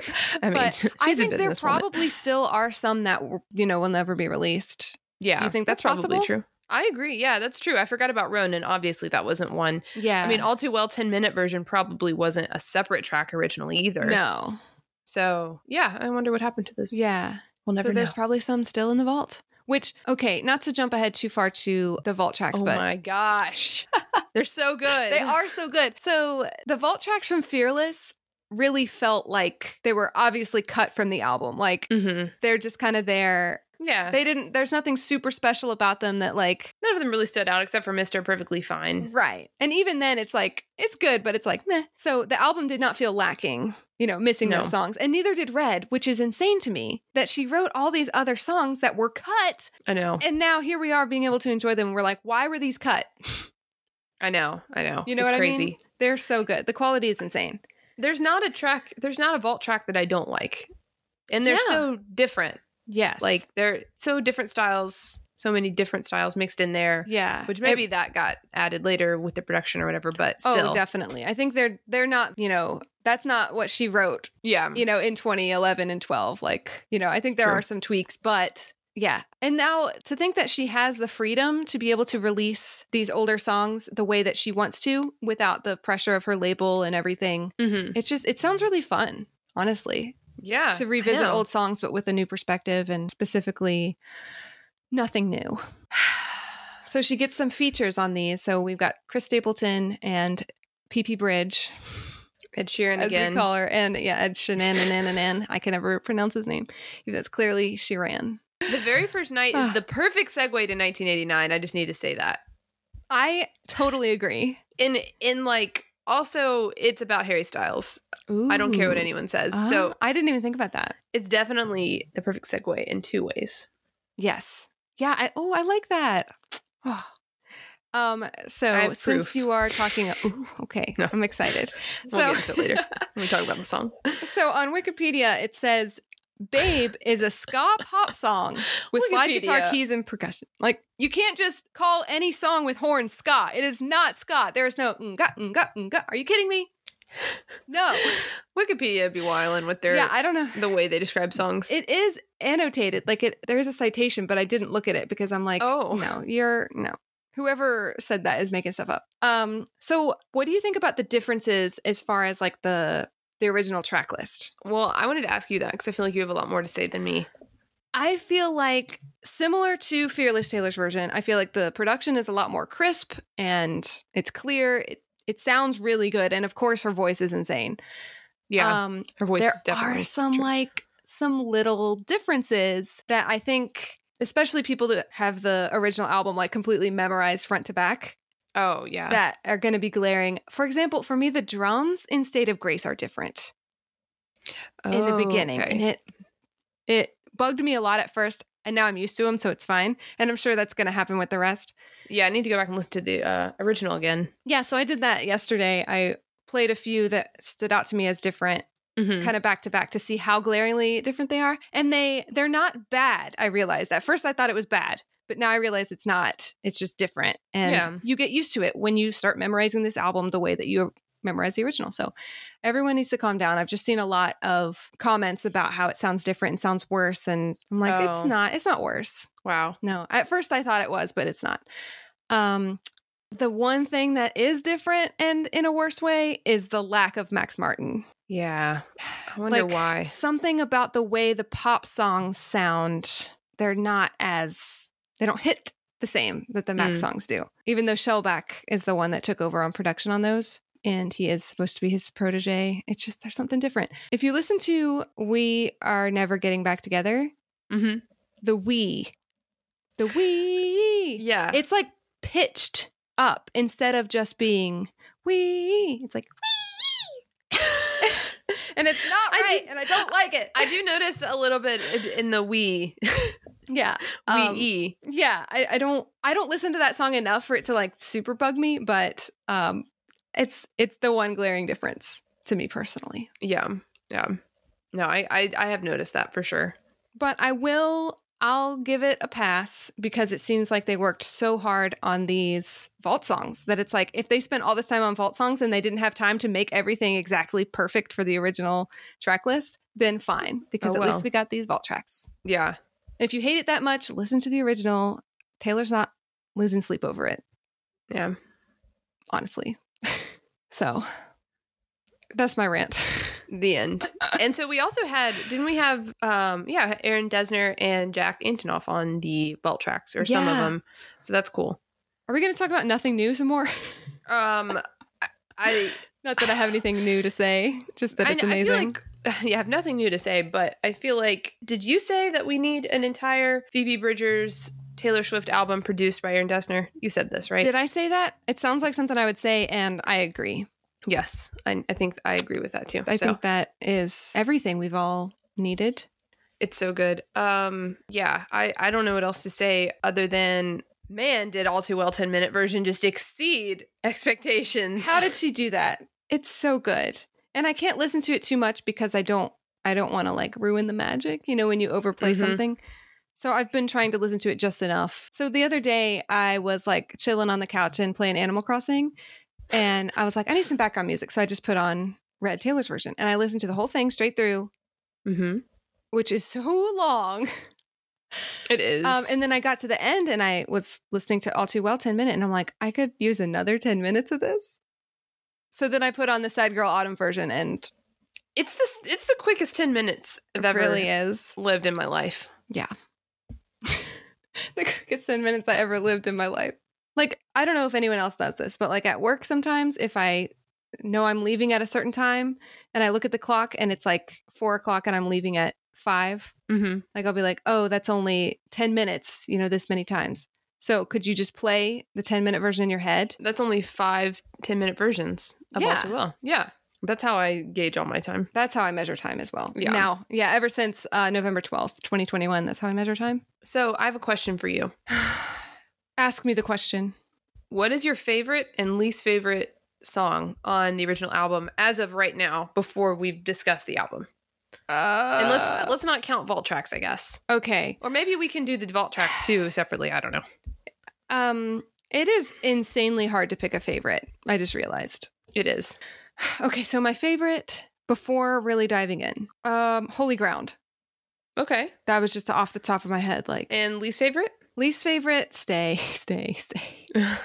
[SPEAKER 2] *laughs* I mean,
[SPEAKER 1] But
[SPEAKER 2] she's
[SPEAKER 1] I
[SPEAKER 2] a
[SPEAKER 1] think there
[SPEAKER 2] business
[SPEAKER 1] probably still are some that w- you know will never be released.
[SPEAKER 2] Yeah.
[SPEAKER 1] do you think that's
[SPEAKER 2] probably
[SPEAKER 1] possible?
[SPEAKER 2] true? I agree. Yeah, that's true. I forgot about Ronan. Obviously, that wasn't one.
[SPEAKER 1] Yeah,
[SPEAKER 2] I mean, all too well 10-minute version probably wasn't a separate track originally either.
[SPEAKER 1] no,
[SPEAKER 2] So, yeah, I wonder what happened to this.
[SPEAKER 1] yeah.
[SPEAKER 2] We'll never
[SPEAKER 1] So there's
[SPEAKER 2] know.
[SPEAKER 1] probably some still in the vault. Which okay, not to jump ahead too far to the vault tracks,
[SPEAKER 2] Oh
[SPEAKER 1] but
[SPEAKER 2] my gosh. *laughs* They're so good.
[SPEAKER 1] they are so good. So the vault tracks from Fearless really felt like they were obviously cut from the album. Like
[SPEAKER 2] Mm-hmm.
[SPEAKER 1] they're just kind of there.
[SPEAKER 2] Yeah.
[SPEAKER 1] They didn't. There's nothing super special about them that like
[SPEAKER 2] None of them really stood out except for Mr. Perfectly Fine.
[SPEAKER 1] Right. And even then, it's like, it's good, but it's like, meh. So the album did not feel lacking, you know, missing
[SPEAKER 2] No.
[SPEAKER 1] those songs. And neither did Red, which is insane to me that she wrote all these other songs that were cut.
[SPEAKER 2] I know.
[SPEAKER 1] And now here we are being able to enjoy them. We're like, why were these cut?
[SPEAKER 2] I know. I know.
[SPEAKER 1] You know
[SPEAKER 2] it's
[SPEAKER 1] what
[SPEAKER 2] crazy.
[SPEAKER 1] I mean? They're so good. The quality is insane.
[SPEAKER 2] There's not a track, there's not a vault track that I don't like. And they're
[SPEAKER 1] Yeah.
[SPEAKER 2] so different.
[SPEAKER 1] Yes.
[SPEAKER 2] Like they're so different styles, so many different styles mixed in there.
[SPEAKER 1] yeah.
[SPEAKER 2] Which
[SPEAKER 1] It-
[SPEAKER 2] maybe that got added later with the production or whatever, but still.
[SPEAKER 1] Oh, definitely. I think they're they're not, you know, that's not what she wrote
[SPEAKER 2] yeah.
[SPEAKER 1] you know, in 2011 and 12. Like, you know, I think there
[SPEAKER 2] True.
[SPEAKER 1] are some tweaks, but yeah. And now to think that she has the freedom to be able to release these older songs the way that she wants to without the pressure of her label and everything.
[SPEAKER 2] Mhm.
[SPEAKER 1] It's just, it sounds really fun, honestly,
[SPEAKER 2] Yeah.
[SPEAKER 1] to
[SPEAKER 2] I
[SPEAKER 1] revisit
[SPEAKER 2] know.
[SPEAKER 1] old songs, but with a new perspective and specifically nothing new. *sighs* So she gets some features on these. So we've got Chris Stapleton and PP Bridge
[SPEAKER 2] Ed Sheeran
[SPEAKER 1] as
[SPEAKER 2] again.
[SPEAKER 1] we call her. And yeah, Ed Shenananan. I can never pronounce his name. That's clearly Shiran.
[SPEAKER 2] The very first
[SPEAKER 1] *sighs*
[SPEAKER 2] night is the perfect segue to 1989. I just need to say that.
[SPEAKER 1] I totally agree.
[SPEAKER 2] in in like also it's about harry styles i don't care what
[SPEAKER 1] Ooh.
[SPEAKER 2] anyone says
[SPEAKER 1] Ah,
[SPEAKER 2] so
[SPEAKER 1] I didn't even think about that.
[SPEAKER 2] it's definitely the perfect segue in two ways
[SPEAKER 1] Yes. Yeah. I, oh, I like that. Oh. Um.
[SPEAKER 2] I
[SPEAKER 1] So
[SPEAKER 2] have
[SPEAKER 1] since
[SPEAKER 2] proof.
[SPEAKER 1] you
[SPEAKER 2] *laughs*
[SPEAKER 1] are talking, ooh, okay,
[SPEAKER 2] No.
[SPEAKER 1] I'm excited.
[SPEAKER 2] *laughs* we'll
[SPEAKER 1] so
[SPEAKER 2] get into
[SPEAKER 1] *laughs*
[SPEAKER 2] it later when we talk about the song
[SPEAKER 1] so on Wikipedia it says.
[SPEAKER 2] *laughs*
[SPEAKER 1] Babe is a ska pop song with slide guitar
[SPEAKER 2] Wikipedia.
[SPEAKER 1] keys and percussion. Like you can't just call any song with horns ska. It is not ska. There is no nga nga nga. Are you kidding me? No.
[SPEAKER 2] wikipedia be wildin' with their
[SPEAKER 1] yeah, I don't know.
[SPEAKER 2] the way they describe songs
[SPEAKER 1] It is annotated. Like it there is a citation, but I didn't look at it because I'm like,
[SPEAKER 2] Oh.
[SPEAKER 1] no, you're no. Whoever said that is making stuff up. Um so what do you think about the differences as far as like the the original track list?
[SPEAKER 2] well i wanted to ask you that because i feel like you have a lot more to say than me
[SPEAKER 1] I feel like similar to Fearless Taylor's version, I feel like the production is a lot more crisp and it's clear. It, it sounds really good, and of course, her voice is insane.
[SPEAKER 2] Yeah,
[SPEAKER 1] um,
[SPEAKER 2] her voice
[SPEAKER 1] there
[SPEAKER 2] is definitely
[SPEAKER 1] are some
[SPEAKER 2] true.
[SPEAKER 1] like some little differences that I think, especially people that have the original album like completely memorized front to back,
[SPEAKER 2] oh yeah,
[SPEAKER 1] that are going to be glaring. For example, for me, the drums in State of Grace are different in the
[SPEAKER 2] Oh,
[SPEAKER 1] beginning,
[SPEAKER 2] okay.
[SPEAKER 1] and it it bugged me a lot at first, and now I'm used to them, so it's fine. And I'm sure that's going to happen with the rest.
[SPEAKER 2] Yeah, I need to go back and listen to the uh, original again.
[SPEAKER 1] Yeah, so I did that yesterday. I played a few that stood out to me as different
[SPEAKER 2] Mhm.
[SPEAKER 1] kind of back to back to see how glaringly different they are and they they're not bad i realized at first i thought it was bad but now i realize it's not it's just different and
[SPEAKER 2] Yeah.
[SPEAKER 1] you get used to it when you start memorizing this album the way that you memorize the original so everyone needs to calm down i've just seen a lot of comments about how it sounds different and sounds worse and i'm like it's
[SPEAKER 2] Oh.
[SPEAKER 1] not it's not worse
[SPEAKER 2] Wow.
[SPEAKER 1] no at first i thought it was but it's not um the one thing that is different and in a worse way is the lack of max martin
[SPEAKER 2] Yeah, I wonder
[SPEAKER 1] like,
[SPEAKER 2] why.
[SPEAKER 1] Something about the way the pop songs sound, they're not as they don't hit the same that the Max
[SPEAKER 2] Mm.
[SPEAKER 1] songs do. Even though Shellback is the one that took over on production on those and he is supposed to be his protege, it's just there's something different. If you listen to We Are Never Getting Back Together,
[SPEAKER 2] Mm-hmm.
[SPEAKER 1] the we the we
[SPEAKER 2] Yeah,
[SPEAKER 1] it's like pitched up instead of just being we it's like and it's not
[SPEAKER 2] I do-
[SPEAKER 1] right and *laughs* i don't like it
[SPEAKER 2] I do notice a little bit in- in the we
[SPEAKER 1] *laughs* yeah
[SPEAKER 2] we
[SPEAKER 1] Um,
[SPEAKER 2] e.
[SPEAKER 1] yeah I, I don't i don't listen to that song enough for it to like super bug me but um it's it's the one glaring difference to me personally
[SPEAKER 2] Yeah, yeah. No, I, I I have noticed that for sure.
[SPEAKER 1] but I will I'll give it a pass because it seems like they worked so hard on these vault songs that it's like if they spent all this time on vault songs and they didn't have time to make everything exactly perfect for the original track list, then fine because
[SPEAKER 2] Oh,
[SPEAKER 1] at
[SPEAKER 2] well.
[SPEAKER 1] least we got these vault tracks.
[SPEAKER 2] Yeah,
[SPEAKER 1] And if you hate it that much, listen to the original. Taylor's not losing sleep over it,
[SPEAKER 2] yeah.
[SPEAKER 1] honestly. *laughs* so that's my rant. *laughs*
[SPEAKER 2] The end. and so we also had, didn't we have? Um, yeah, Aaron Desner and Jack Antonoff on the vault tracks or some of
[SPEAKER 1] Yeah.
[SPEAKER 2] them. So that's cool.
[SPEAKER 1] Are we going to talk about nothing new some more?
[SPEAKER 2] Um, I- I
[SPEAKER 1] not that I have anything new to say, just that
[SPEAKER 2] I,
[SPEAKER 1] it's
[SPEAKER 2] kn- I
[SPEAKER 1] amazing.
[SPEAKER 2] feel like *sighs* yeah, I have nothing new to say, but I feel like did you say that we need an entire Phoebe Bridgers Taylor Swift album produced by Aaron Dessner? You said this, right?
[SPEAKER 1] Did I say that? It sounds like something I would say, and I agree.
[SPEAKER 2] yes. I, I think I agree with that too.
[SPEAKER 1] I
[SPEAKER 2] so
[SPEAKER 1] think that is everything we've all needed.
[SPEAKER 2] it's so good. Um yeah, I, I don't know what else to say other than man, did all too well 10 minute version just exceed expectations.
[SPEAKER 1] How did she do that? It's so good, and I can't listen to it too much because I don't. I don't want to like ruin the magic. You know, when you overplay
[SPEAKER 2] Mhm.
[SPEAKER 1] something. So I've been trying to listen to it just enough. So the other day I was like chilling on the couch and playing Animal Crossing, and I was like, I need some background music. So I just put on Red Taylor's version, and I listened to the whole thing straight through,
[SPEAKER 2] mm-hmm.
[SPEAKER 1] which is so long.
[SPEAKER 2] it is.
[SPEAKER 1] Um, and then I got to the end and I was listening to All Too Well 10 minute and I'm like, I could use another 10 minutes of this. So then I put on the Sad Girl Autumn version and
[SPEAKER 2] it's this it's the quickest 10 minutes I've
[SPEAKER 1] it
[SPEAKER 2] ever
[SPEAKER 1] really is *laughs*
[SPEAKER 2] lived in my life.
[SPEAKER 1] the quickest 10 minutes I ever lived in my life. Like, I don't know if anyone else does this, but like at work sometimes if I know I'm leaving at a certain time and I look at the clock and it's like four o'clock and I'm leaving at five,
[SPEAKER 2] Mm-hmm.
[SPEAKER 1] like I'll be like, oh, that's only 10 minutes, you know, this many times. So could you just play the 10 minute version in your head?
[SPEAKER 2] That's only five 10 minute versions of All
[SPEAKER 1] Yeah.
[SPEAKER 2] Too Well. Yeah. That's how I gauge all my time.
[SPEAKER 1] That's how I measure time as well.
[SPEAKER 2] Yeah.
[SPEAKER 1] Now, yeah, ever since uh, November 12th, 2021, that's how I measure time.
[SPEAKER 2] So I have a question for you.
[SPEAKER 1] Ask me the question.
[SPEAKER 2] What is your favorite and least favorite song on the original album as of right now before we've discussed the album?
[SPEAKER 1] Uh,
[SPEAKER 2] and let's let's not count vault tracks, I guess.
[SPEAKER 1] okay.
[SPEAKER 2] Or maybe we can do the vault tracks too separately. I don't know.
[SPEAKER 1] Um, it is insanely hard to pick a favorite. I just realized.
[SPEAKER 2] It is.
[SPEAKER 1] Okay, so my favorite before really diving in, um, Holy Ground.
[SPEAKER 2] Okay.
[SPEAKER 1] That was just off the top of my head. Like
[SPEAKER 2] And least favorite?
[SPEAKER 1] least favorite, stay, *laughs* stay, stay. Uh,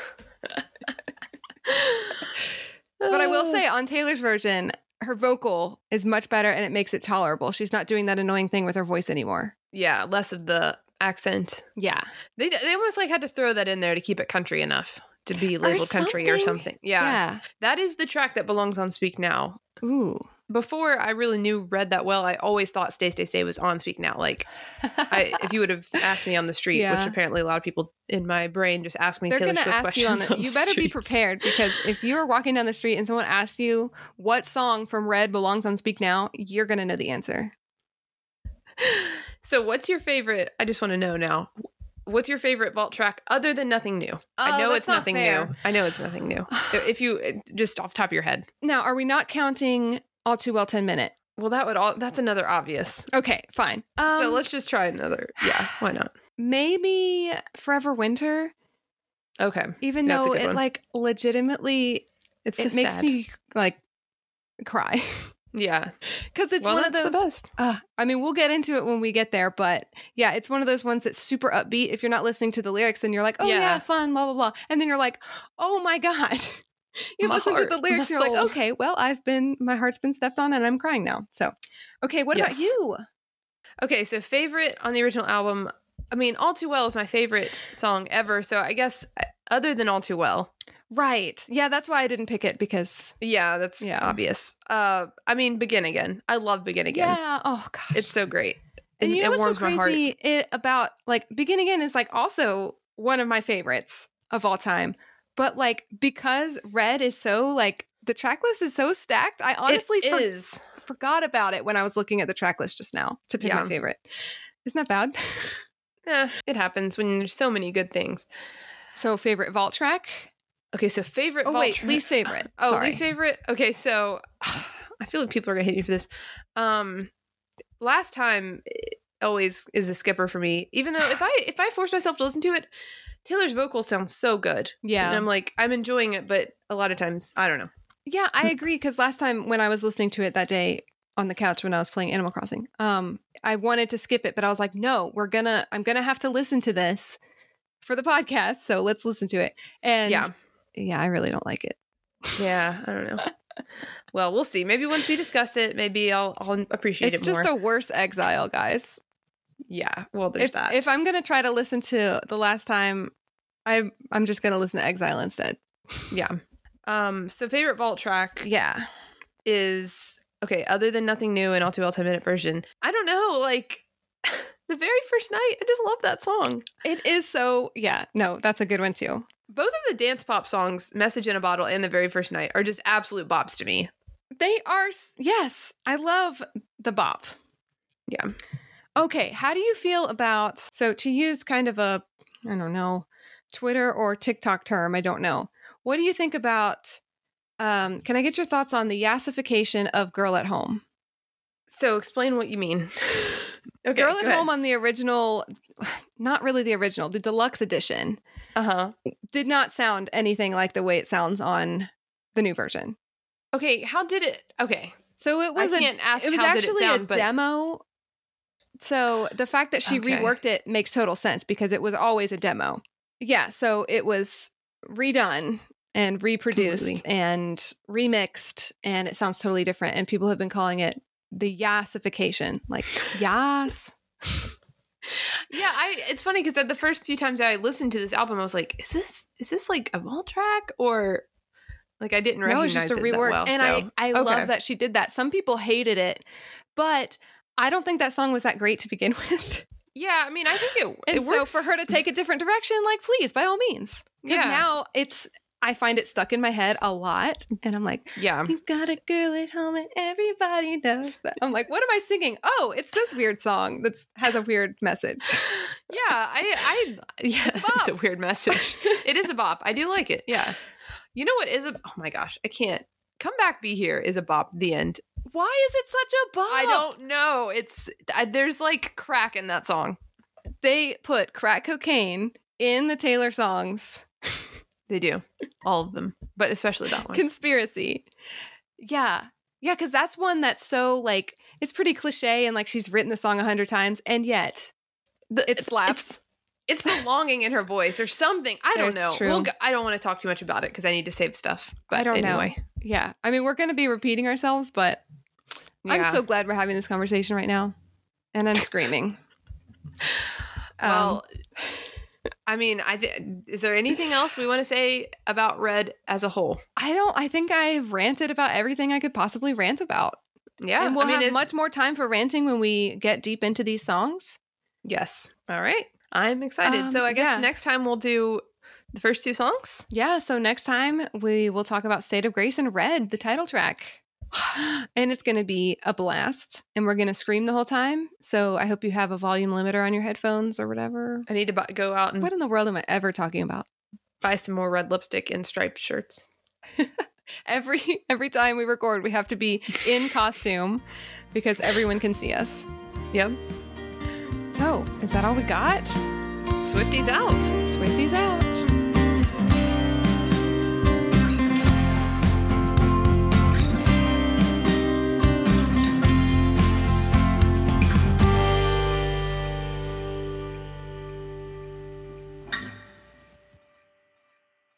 [SPEAKER 1] But I will say on Taylor's version, her vocal is much better and it makes it tolerable. She's not doing that annoying thing with her voice anymore.
[SPEAKER 2] Yeah, less of the accent.
[SPEAKER 1] Yeah.
[SPEAKER 2] They they almost like had to throw that in there to keep it country enough to be labeled country or
[SPEAKER 1] something.
[SPEAKER 2] something. Yeah. That is the track that belongs on Speak Now.
[SPEAKER 1] yeah.
[SPEAKER 2] *laughs*
[SPEAKER 1] Ooh.
[SPEAKER 2] Before I really knew Red that well, I always thought Stay Stay Stay was on Speak Now. Like I, if you would have
[SPEAKER 1] *laughs*
[SPEAKER 2] asked me on the street,
[SPEAKER 1] Yeah.
[SPEAKER 2] which apparently a lot of people in my brain just ask me
[SPEAKER 1] They're
[SPEAKER 2] Taylor
[SPEAKER 1] going to
[SPEAKER 2] Swift
[SPEAKER 1] ask you on
[SPEAKER 2] questions
[SPEAKER 1] the, You better be
[SPEAKER 2] streets.
[SPEAKER 1] prepared because if you are walking down the street and someone asks you what song from Red belongs on Speak Now, you're going to know the answer.
[SPEAKER 2] So, what's your favorite? I just want to know now. What's your favorite vault track other than Nothing New? I
[SPEAKER 1] Oh,
[SPEAKER 2] know
[SPEAKER 1] that's
[SPEAKER 2] it's
[SPEAKER 1] not
[SPEAKER 2] nothing
[SPEAKER 1] fair.
[SPEAKER 2] new. I know it's
[SPEAKER 1] *sighs*
[SPEAKER 2] nothing new. if you uh, just off the top of your head,
[SPEAKER 1] Now, are we not counting All Too Well 10 Minute?
[SPEAKER 2] well, that would all. That's another obvious.
[SPEAKER 1] Okay, fine. Um,
[SPEAKER 2] so let's just try another. Yeah, why not?
[SPEAKER 1] maybe Forever Winter,
[SPEAKER 2] Okay,
[SPEAKER 1] even
[SPEAKER 2] That's a
[SPEAKER 1] though
[SPEAKER 2] good
[SPEAKER 1] it
[SPEAKER 2] one.
[SPEAKER 1] like legitimately
[SPEAKER 2] it's
[SPEAKER 1] it makes me like cry *laughs*
[SPEAKER 2] Yeah,
[SPEAKER 1] because it's
[SPEAKER 2] well,
[SPEAKER 1] one of
[SPEAKER 2] that's
[SPEAKER 1] those.
[SPEAKER 2] the best.
[SPEAKER 1] Uh, I mean, we'll get into it when we get there, but yeah, it's one of those ones that's super upbeat. If you're not listening to the lyrics and you're like, oh yeah,
[SPEAKER 2] Yeah.
[SPEAKER 1] fun, blah, blah, blah. And then you're like, oh my God. *laughs* You
[SPEAKER 2] My
[SPEAKER 1] listen
[SPEAKER 2] heart,
[SPEAKER 1] to the
[SPEAKER 2] my
[SPEAKER 1] lyrics and you're
[SPEAKER 2] soul.
[SPEAKER 1] like, okay, well, I've been, my heart's been stepped on and I'm crying now. So, okay, what about
[SPEAKER 2] Yes.
[SPEAKER 1] you?
[SPEAKER 2] Okay, so favorite on the original album. I mean, All Too Well is my favorite song ever. So I guess uh, other than All Too Well,
[SPEAKER 1] Right. Yeah, that's why I didn't pick it because,
[SPEAKER 2] yeah, that's
[SPEAKER 1] Yeah.
[SPEAKER 2] obvious. Uh, I mean, Begin Again. I love Begin Again.
[SPEAKER 1] yeah, oh gosh.
[SPEAKER 2] It's so great.
[SPEAKER 1] and
[SPEAKER 2] It-
[SPEAKER 1] you know
[SPEAKER 2] it
[SPEAKER 1] what's so
[SPEAKER 2] warms my heart.
[SPEAKER 1] crazy it, about like Begin Again is like also one of my favorites of all time. But like because Red is so like the track list is so stacked, I honestly
[SPEAKER 2] it
[SPEAKER 1] for-
[SPEAKER 2] is.
[SPEAKER 1] forgot about it when I was looking at the track list just now to pick
[SPEAKER 2] Yeah.
[SPEAKER 1] my favorite. Isn't that bad?
[SPEAKER 2] Yeah, it happens when there's so many good things.
[SPEAKER 1] So favorite vault track?
[SPEAKER 2] Okay, so favorite.
[SPEAKER 1] Oh
[SPEAKER 2] vault
[SPEAKER 1] wait,
[SPEAKER 2] track-
[SPEAKER 1] least favorite.
[SPEAKER 2] Oh,
[SPEAKER 1] Sorry.
[SPEAKER 2] least favorite. Okay, so *sighs* I feel like people are gonna hate me for this. Um, last time eh, always is a skipper for me. Even though if I if I force myself to listen to it, Taylor's vocal sounds so good, and
[SPEAKER 1] Yeah.
[SPEAKER 2] I'm like I'm enjoying it. But a lot of times I don't know.
[SPEAKER 1] Yeah, I agree cuz last time when I was listening to it that day on the couch when I was playing Animal Crossing, um I wanted to skip it but I was like, "No, we're going to I'm going to have to listen to this for the podcast, so let's listen to it." And
[SPEAKER 2] yeah,
[SPEAKER 1] yeah, I really don't like it.
[SPEAKER 2] yeah, I don't know. *laughs* well, we'll see. Maybe once we discuss it, maybe I'll I'll appreciate
[SPEAKER 1] It's
[SPEAKER 2] it
[SPEAKER 1] just
[SPEAKER 2] more.
[SPEAKER 1] a worse exile, guys.
[SPEAKER 2] yeah. Well, there's
[SPEAKER 1] If,
[SPEAKER 2] that.
[SPEAKER 1] if I'm going to try to listen to the last time, I I'm just going to listen to Exile instead.
[SPEAKER 2] yeah. Um. So favorite vault track.
[SPEAKER 1] Yeah.
[SPEAKER 2] is okay, other than nothing new and all too well 10 minute version. I don't know, like *laughs* the very first night, I just love that song.
[SPEAKER 1] It is so, yeah. No, that's a good one too.
[SPEAKER 2] Both of the dance pop songs, Message in a Bottle and The Very First Night, are just absolute bops to me.
[SPEAKER 1] They are, s- yes, I love the bop.
[SPEAKER 2] Yeah.
[SPEAKER 1] Okay. How do you feel about, so to use kind of a, I don't know, Twitter or TikTok term, I don't know. What do you think about, um, can I get your thoughts on the yassification of Girl at Home?
[SPEAKER 2] So explain what you mean. *laughs* okay,
[SPEAKER 1] Girl at Home on the original, *sighs* not really the original, the deluxe edition
[SPEAKER 2] Uh
[SPEAKER 1] Uh-huh.
[SPEAKER 2] huh.
[SPEAKER 1] did not sound anything like the way it sounds on the new version.
[SPEAKER 2] Okay, how did it? Okay,
[SPEAKER 1] So it was
[SPEAKER 2] I
[SPEAKER 1] a
[SPEAKER 2] can't ask
[SPEAKER 1] it was
[SPEAKER 2] how did
[SPEAKER 1] actually
[SPEAKER 2] it sound,
[SPEAKER 1] a
[SPEAKER 2] but
[SPEAKER 1] demo. So the fact that she
[SPEAKER 2] Okay.
[SPEAKER 1] reworked it makes total sense because it was always a demo. Yeah, so it was redone and reproduced
[SPEAKER 2] Completely.
[SPEAKER 1] and remixed and it sounds totally different and people have been calling it the yassification. Like yas.
[SPEAKER 2] yeah, I. It's funny because the first few times I listened to this album, I was like, "Is this is this like a vault track or like I didn't
[SPEAKER 1] No,
[SPEAKER 2] recognize
[SPEAKER 1] it's just a
[SPEAKER 2] it that
[SPEAKER 1] rework.
[SPEAKER 2] well,
[SPEAKER 1] and
[SPEAKER 2] so-
[SPEAKER 1] I, I
[SPEAKER 2] okay.
[SPEAKER 1] love that she did that. Some people hated it, but I don't think that song was that great to begin *laughs* with.
[SPEAKER 2] Yeah, I mean, I think it
[SPEAKER 1] And
[SPEAKER 2] it
[SPEAKER 1] so
[SPEAKER 2] works
[SPEAKER 1] for her to take a different direction, like please, by all means. Because
[SPEAKER 2] Yeah.
[SPEAKER 1] now it's I find it stuck in my head a lot. And I'm like,
[SPEAKER 2] Yeah,
[SPEAKER 1] you got a girl at home and everybody knows that. I'm like, what am I singing? Oh, it's this weird song that has a weird message.
[SPEAKER 2] *laughs* yeah. I, I, *laughs* yeah.
[SPEAKER 1] It's a bop.
[SPEAKER 2] a weird *laughs* message. it is a bop. I do like it. Yeah. You know what is a? Oh my gosh, I can't. Come back, be here is a bop. The end.
[SPEAKER 1] Why is it such a bop?
[SPEAKER 2] I don't know. It's I, there's like crack in that song.
[SPEAKER 1] They put crack cocaine in the Taylor songs.
[SPEAKER 2] They do all of them, but especially that one.
[SPEAKER 1] conspiracy. Yeah. Yeah, because that's one that's so like it's pretty cliche and like she's written the song a hundred times and yet
[SPEAKER 2] The-
[SPEAKER 1] it slaps.
[SPEAKER 2] It's the longing in her voice or something. I don't
[SPEAKER 1] That's
[SPEAKER 2] know.
[SPEAKER 1] true.
[SPEAKER 2] We'll go- I don't want to talk too much about it because I need to save stuff. But
[SPEAKER 1] I don't know.
[SPEAKER 2] anyway.
[SPEAKER 1] Yeah. I mean, we're going to be repeating ourselves, but I'm
[SPEAKER 2] Yeah.
[SPEAKER 1] so glad we're having this conversation right now. And I'm
[SPEAKER 2] *laughs*
[SPEAKER 1] screaming. Um,
[SPEAKER 2] well. I mean, I th- is there anything else we want to say about Red as a whole?
[SPEAKER 1] I don't, I think I've ranted about everything I could possibly rant about.
[SPEAKER 2] Yeah,
[SPEAKER 1] and we'll
[SPEAKER 2] I mean,
[SPEAKER 1] have
[SPEAKER 2] it's-
[SPEAKER 1] much more time for ranting when we get deep into these songs.
[SPEAKER 2] Yes. All right. I'm excited.
[SPEAKER 1] Um,
[SPEAKER 2] so I guess
[SPEAKER 1] yeah.
[SPEAKER 2] next time we'll do the first two songs.
[SPEAKER 1] Yeah. So next time we will talk about State of Grace and Red, the title
[SPEAKER 2] *sighs*
[SPEAKER 1] track. And it's going to be a blast. And we're going to scream the whole time. So I hope you have a volume limiter on your headphones or whatever.
[SPEAKER 2] I need to bu- go out and
[SPEAKER 1] What in the world am I ever talking about?
[SPEAKER 2] buy some more red lipstick and striped shirts.
[SPEAKER 1] every *laughs* every time we record we have to be in costume because everyone can see us
[SPEAKER 2] Yep.
[SPEAKER 1] so is that all we got
[SPEAKER 2] Swifties out.
[SPEAKER 1] swifties out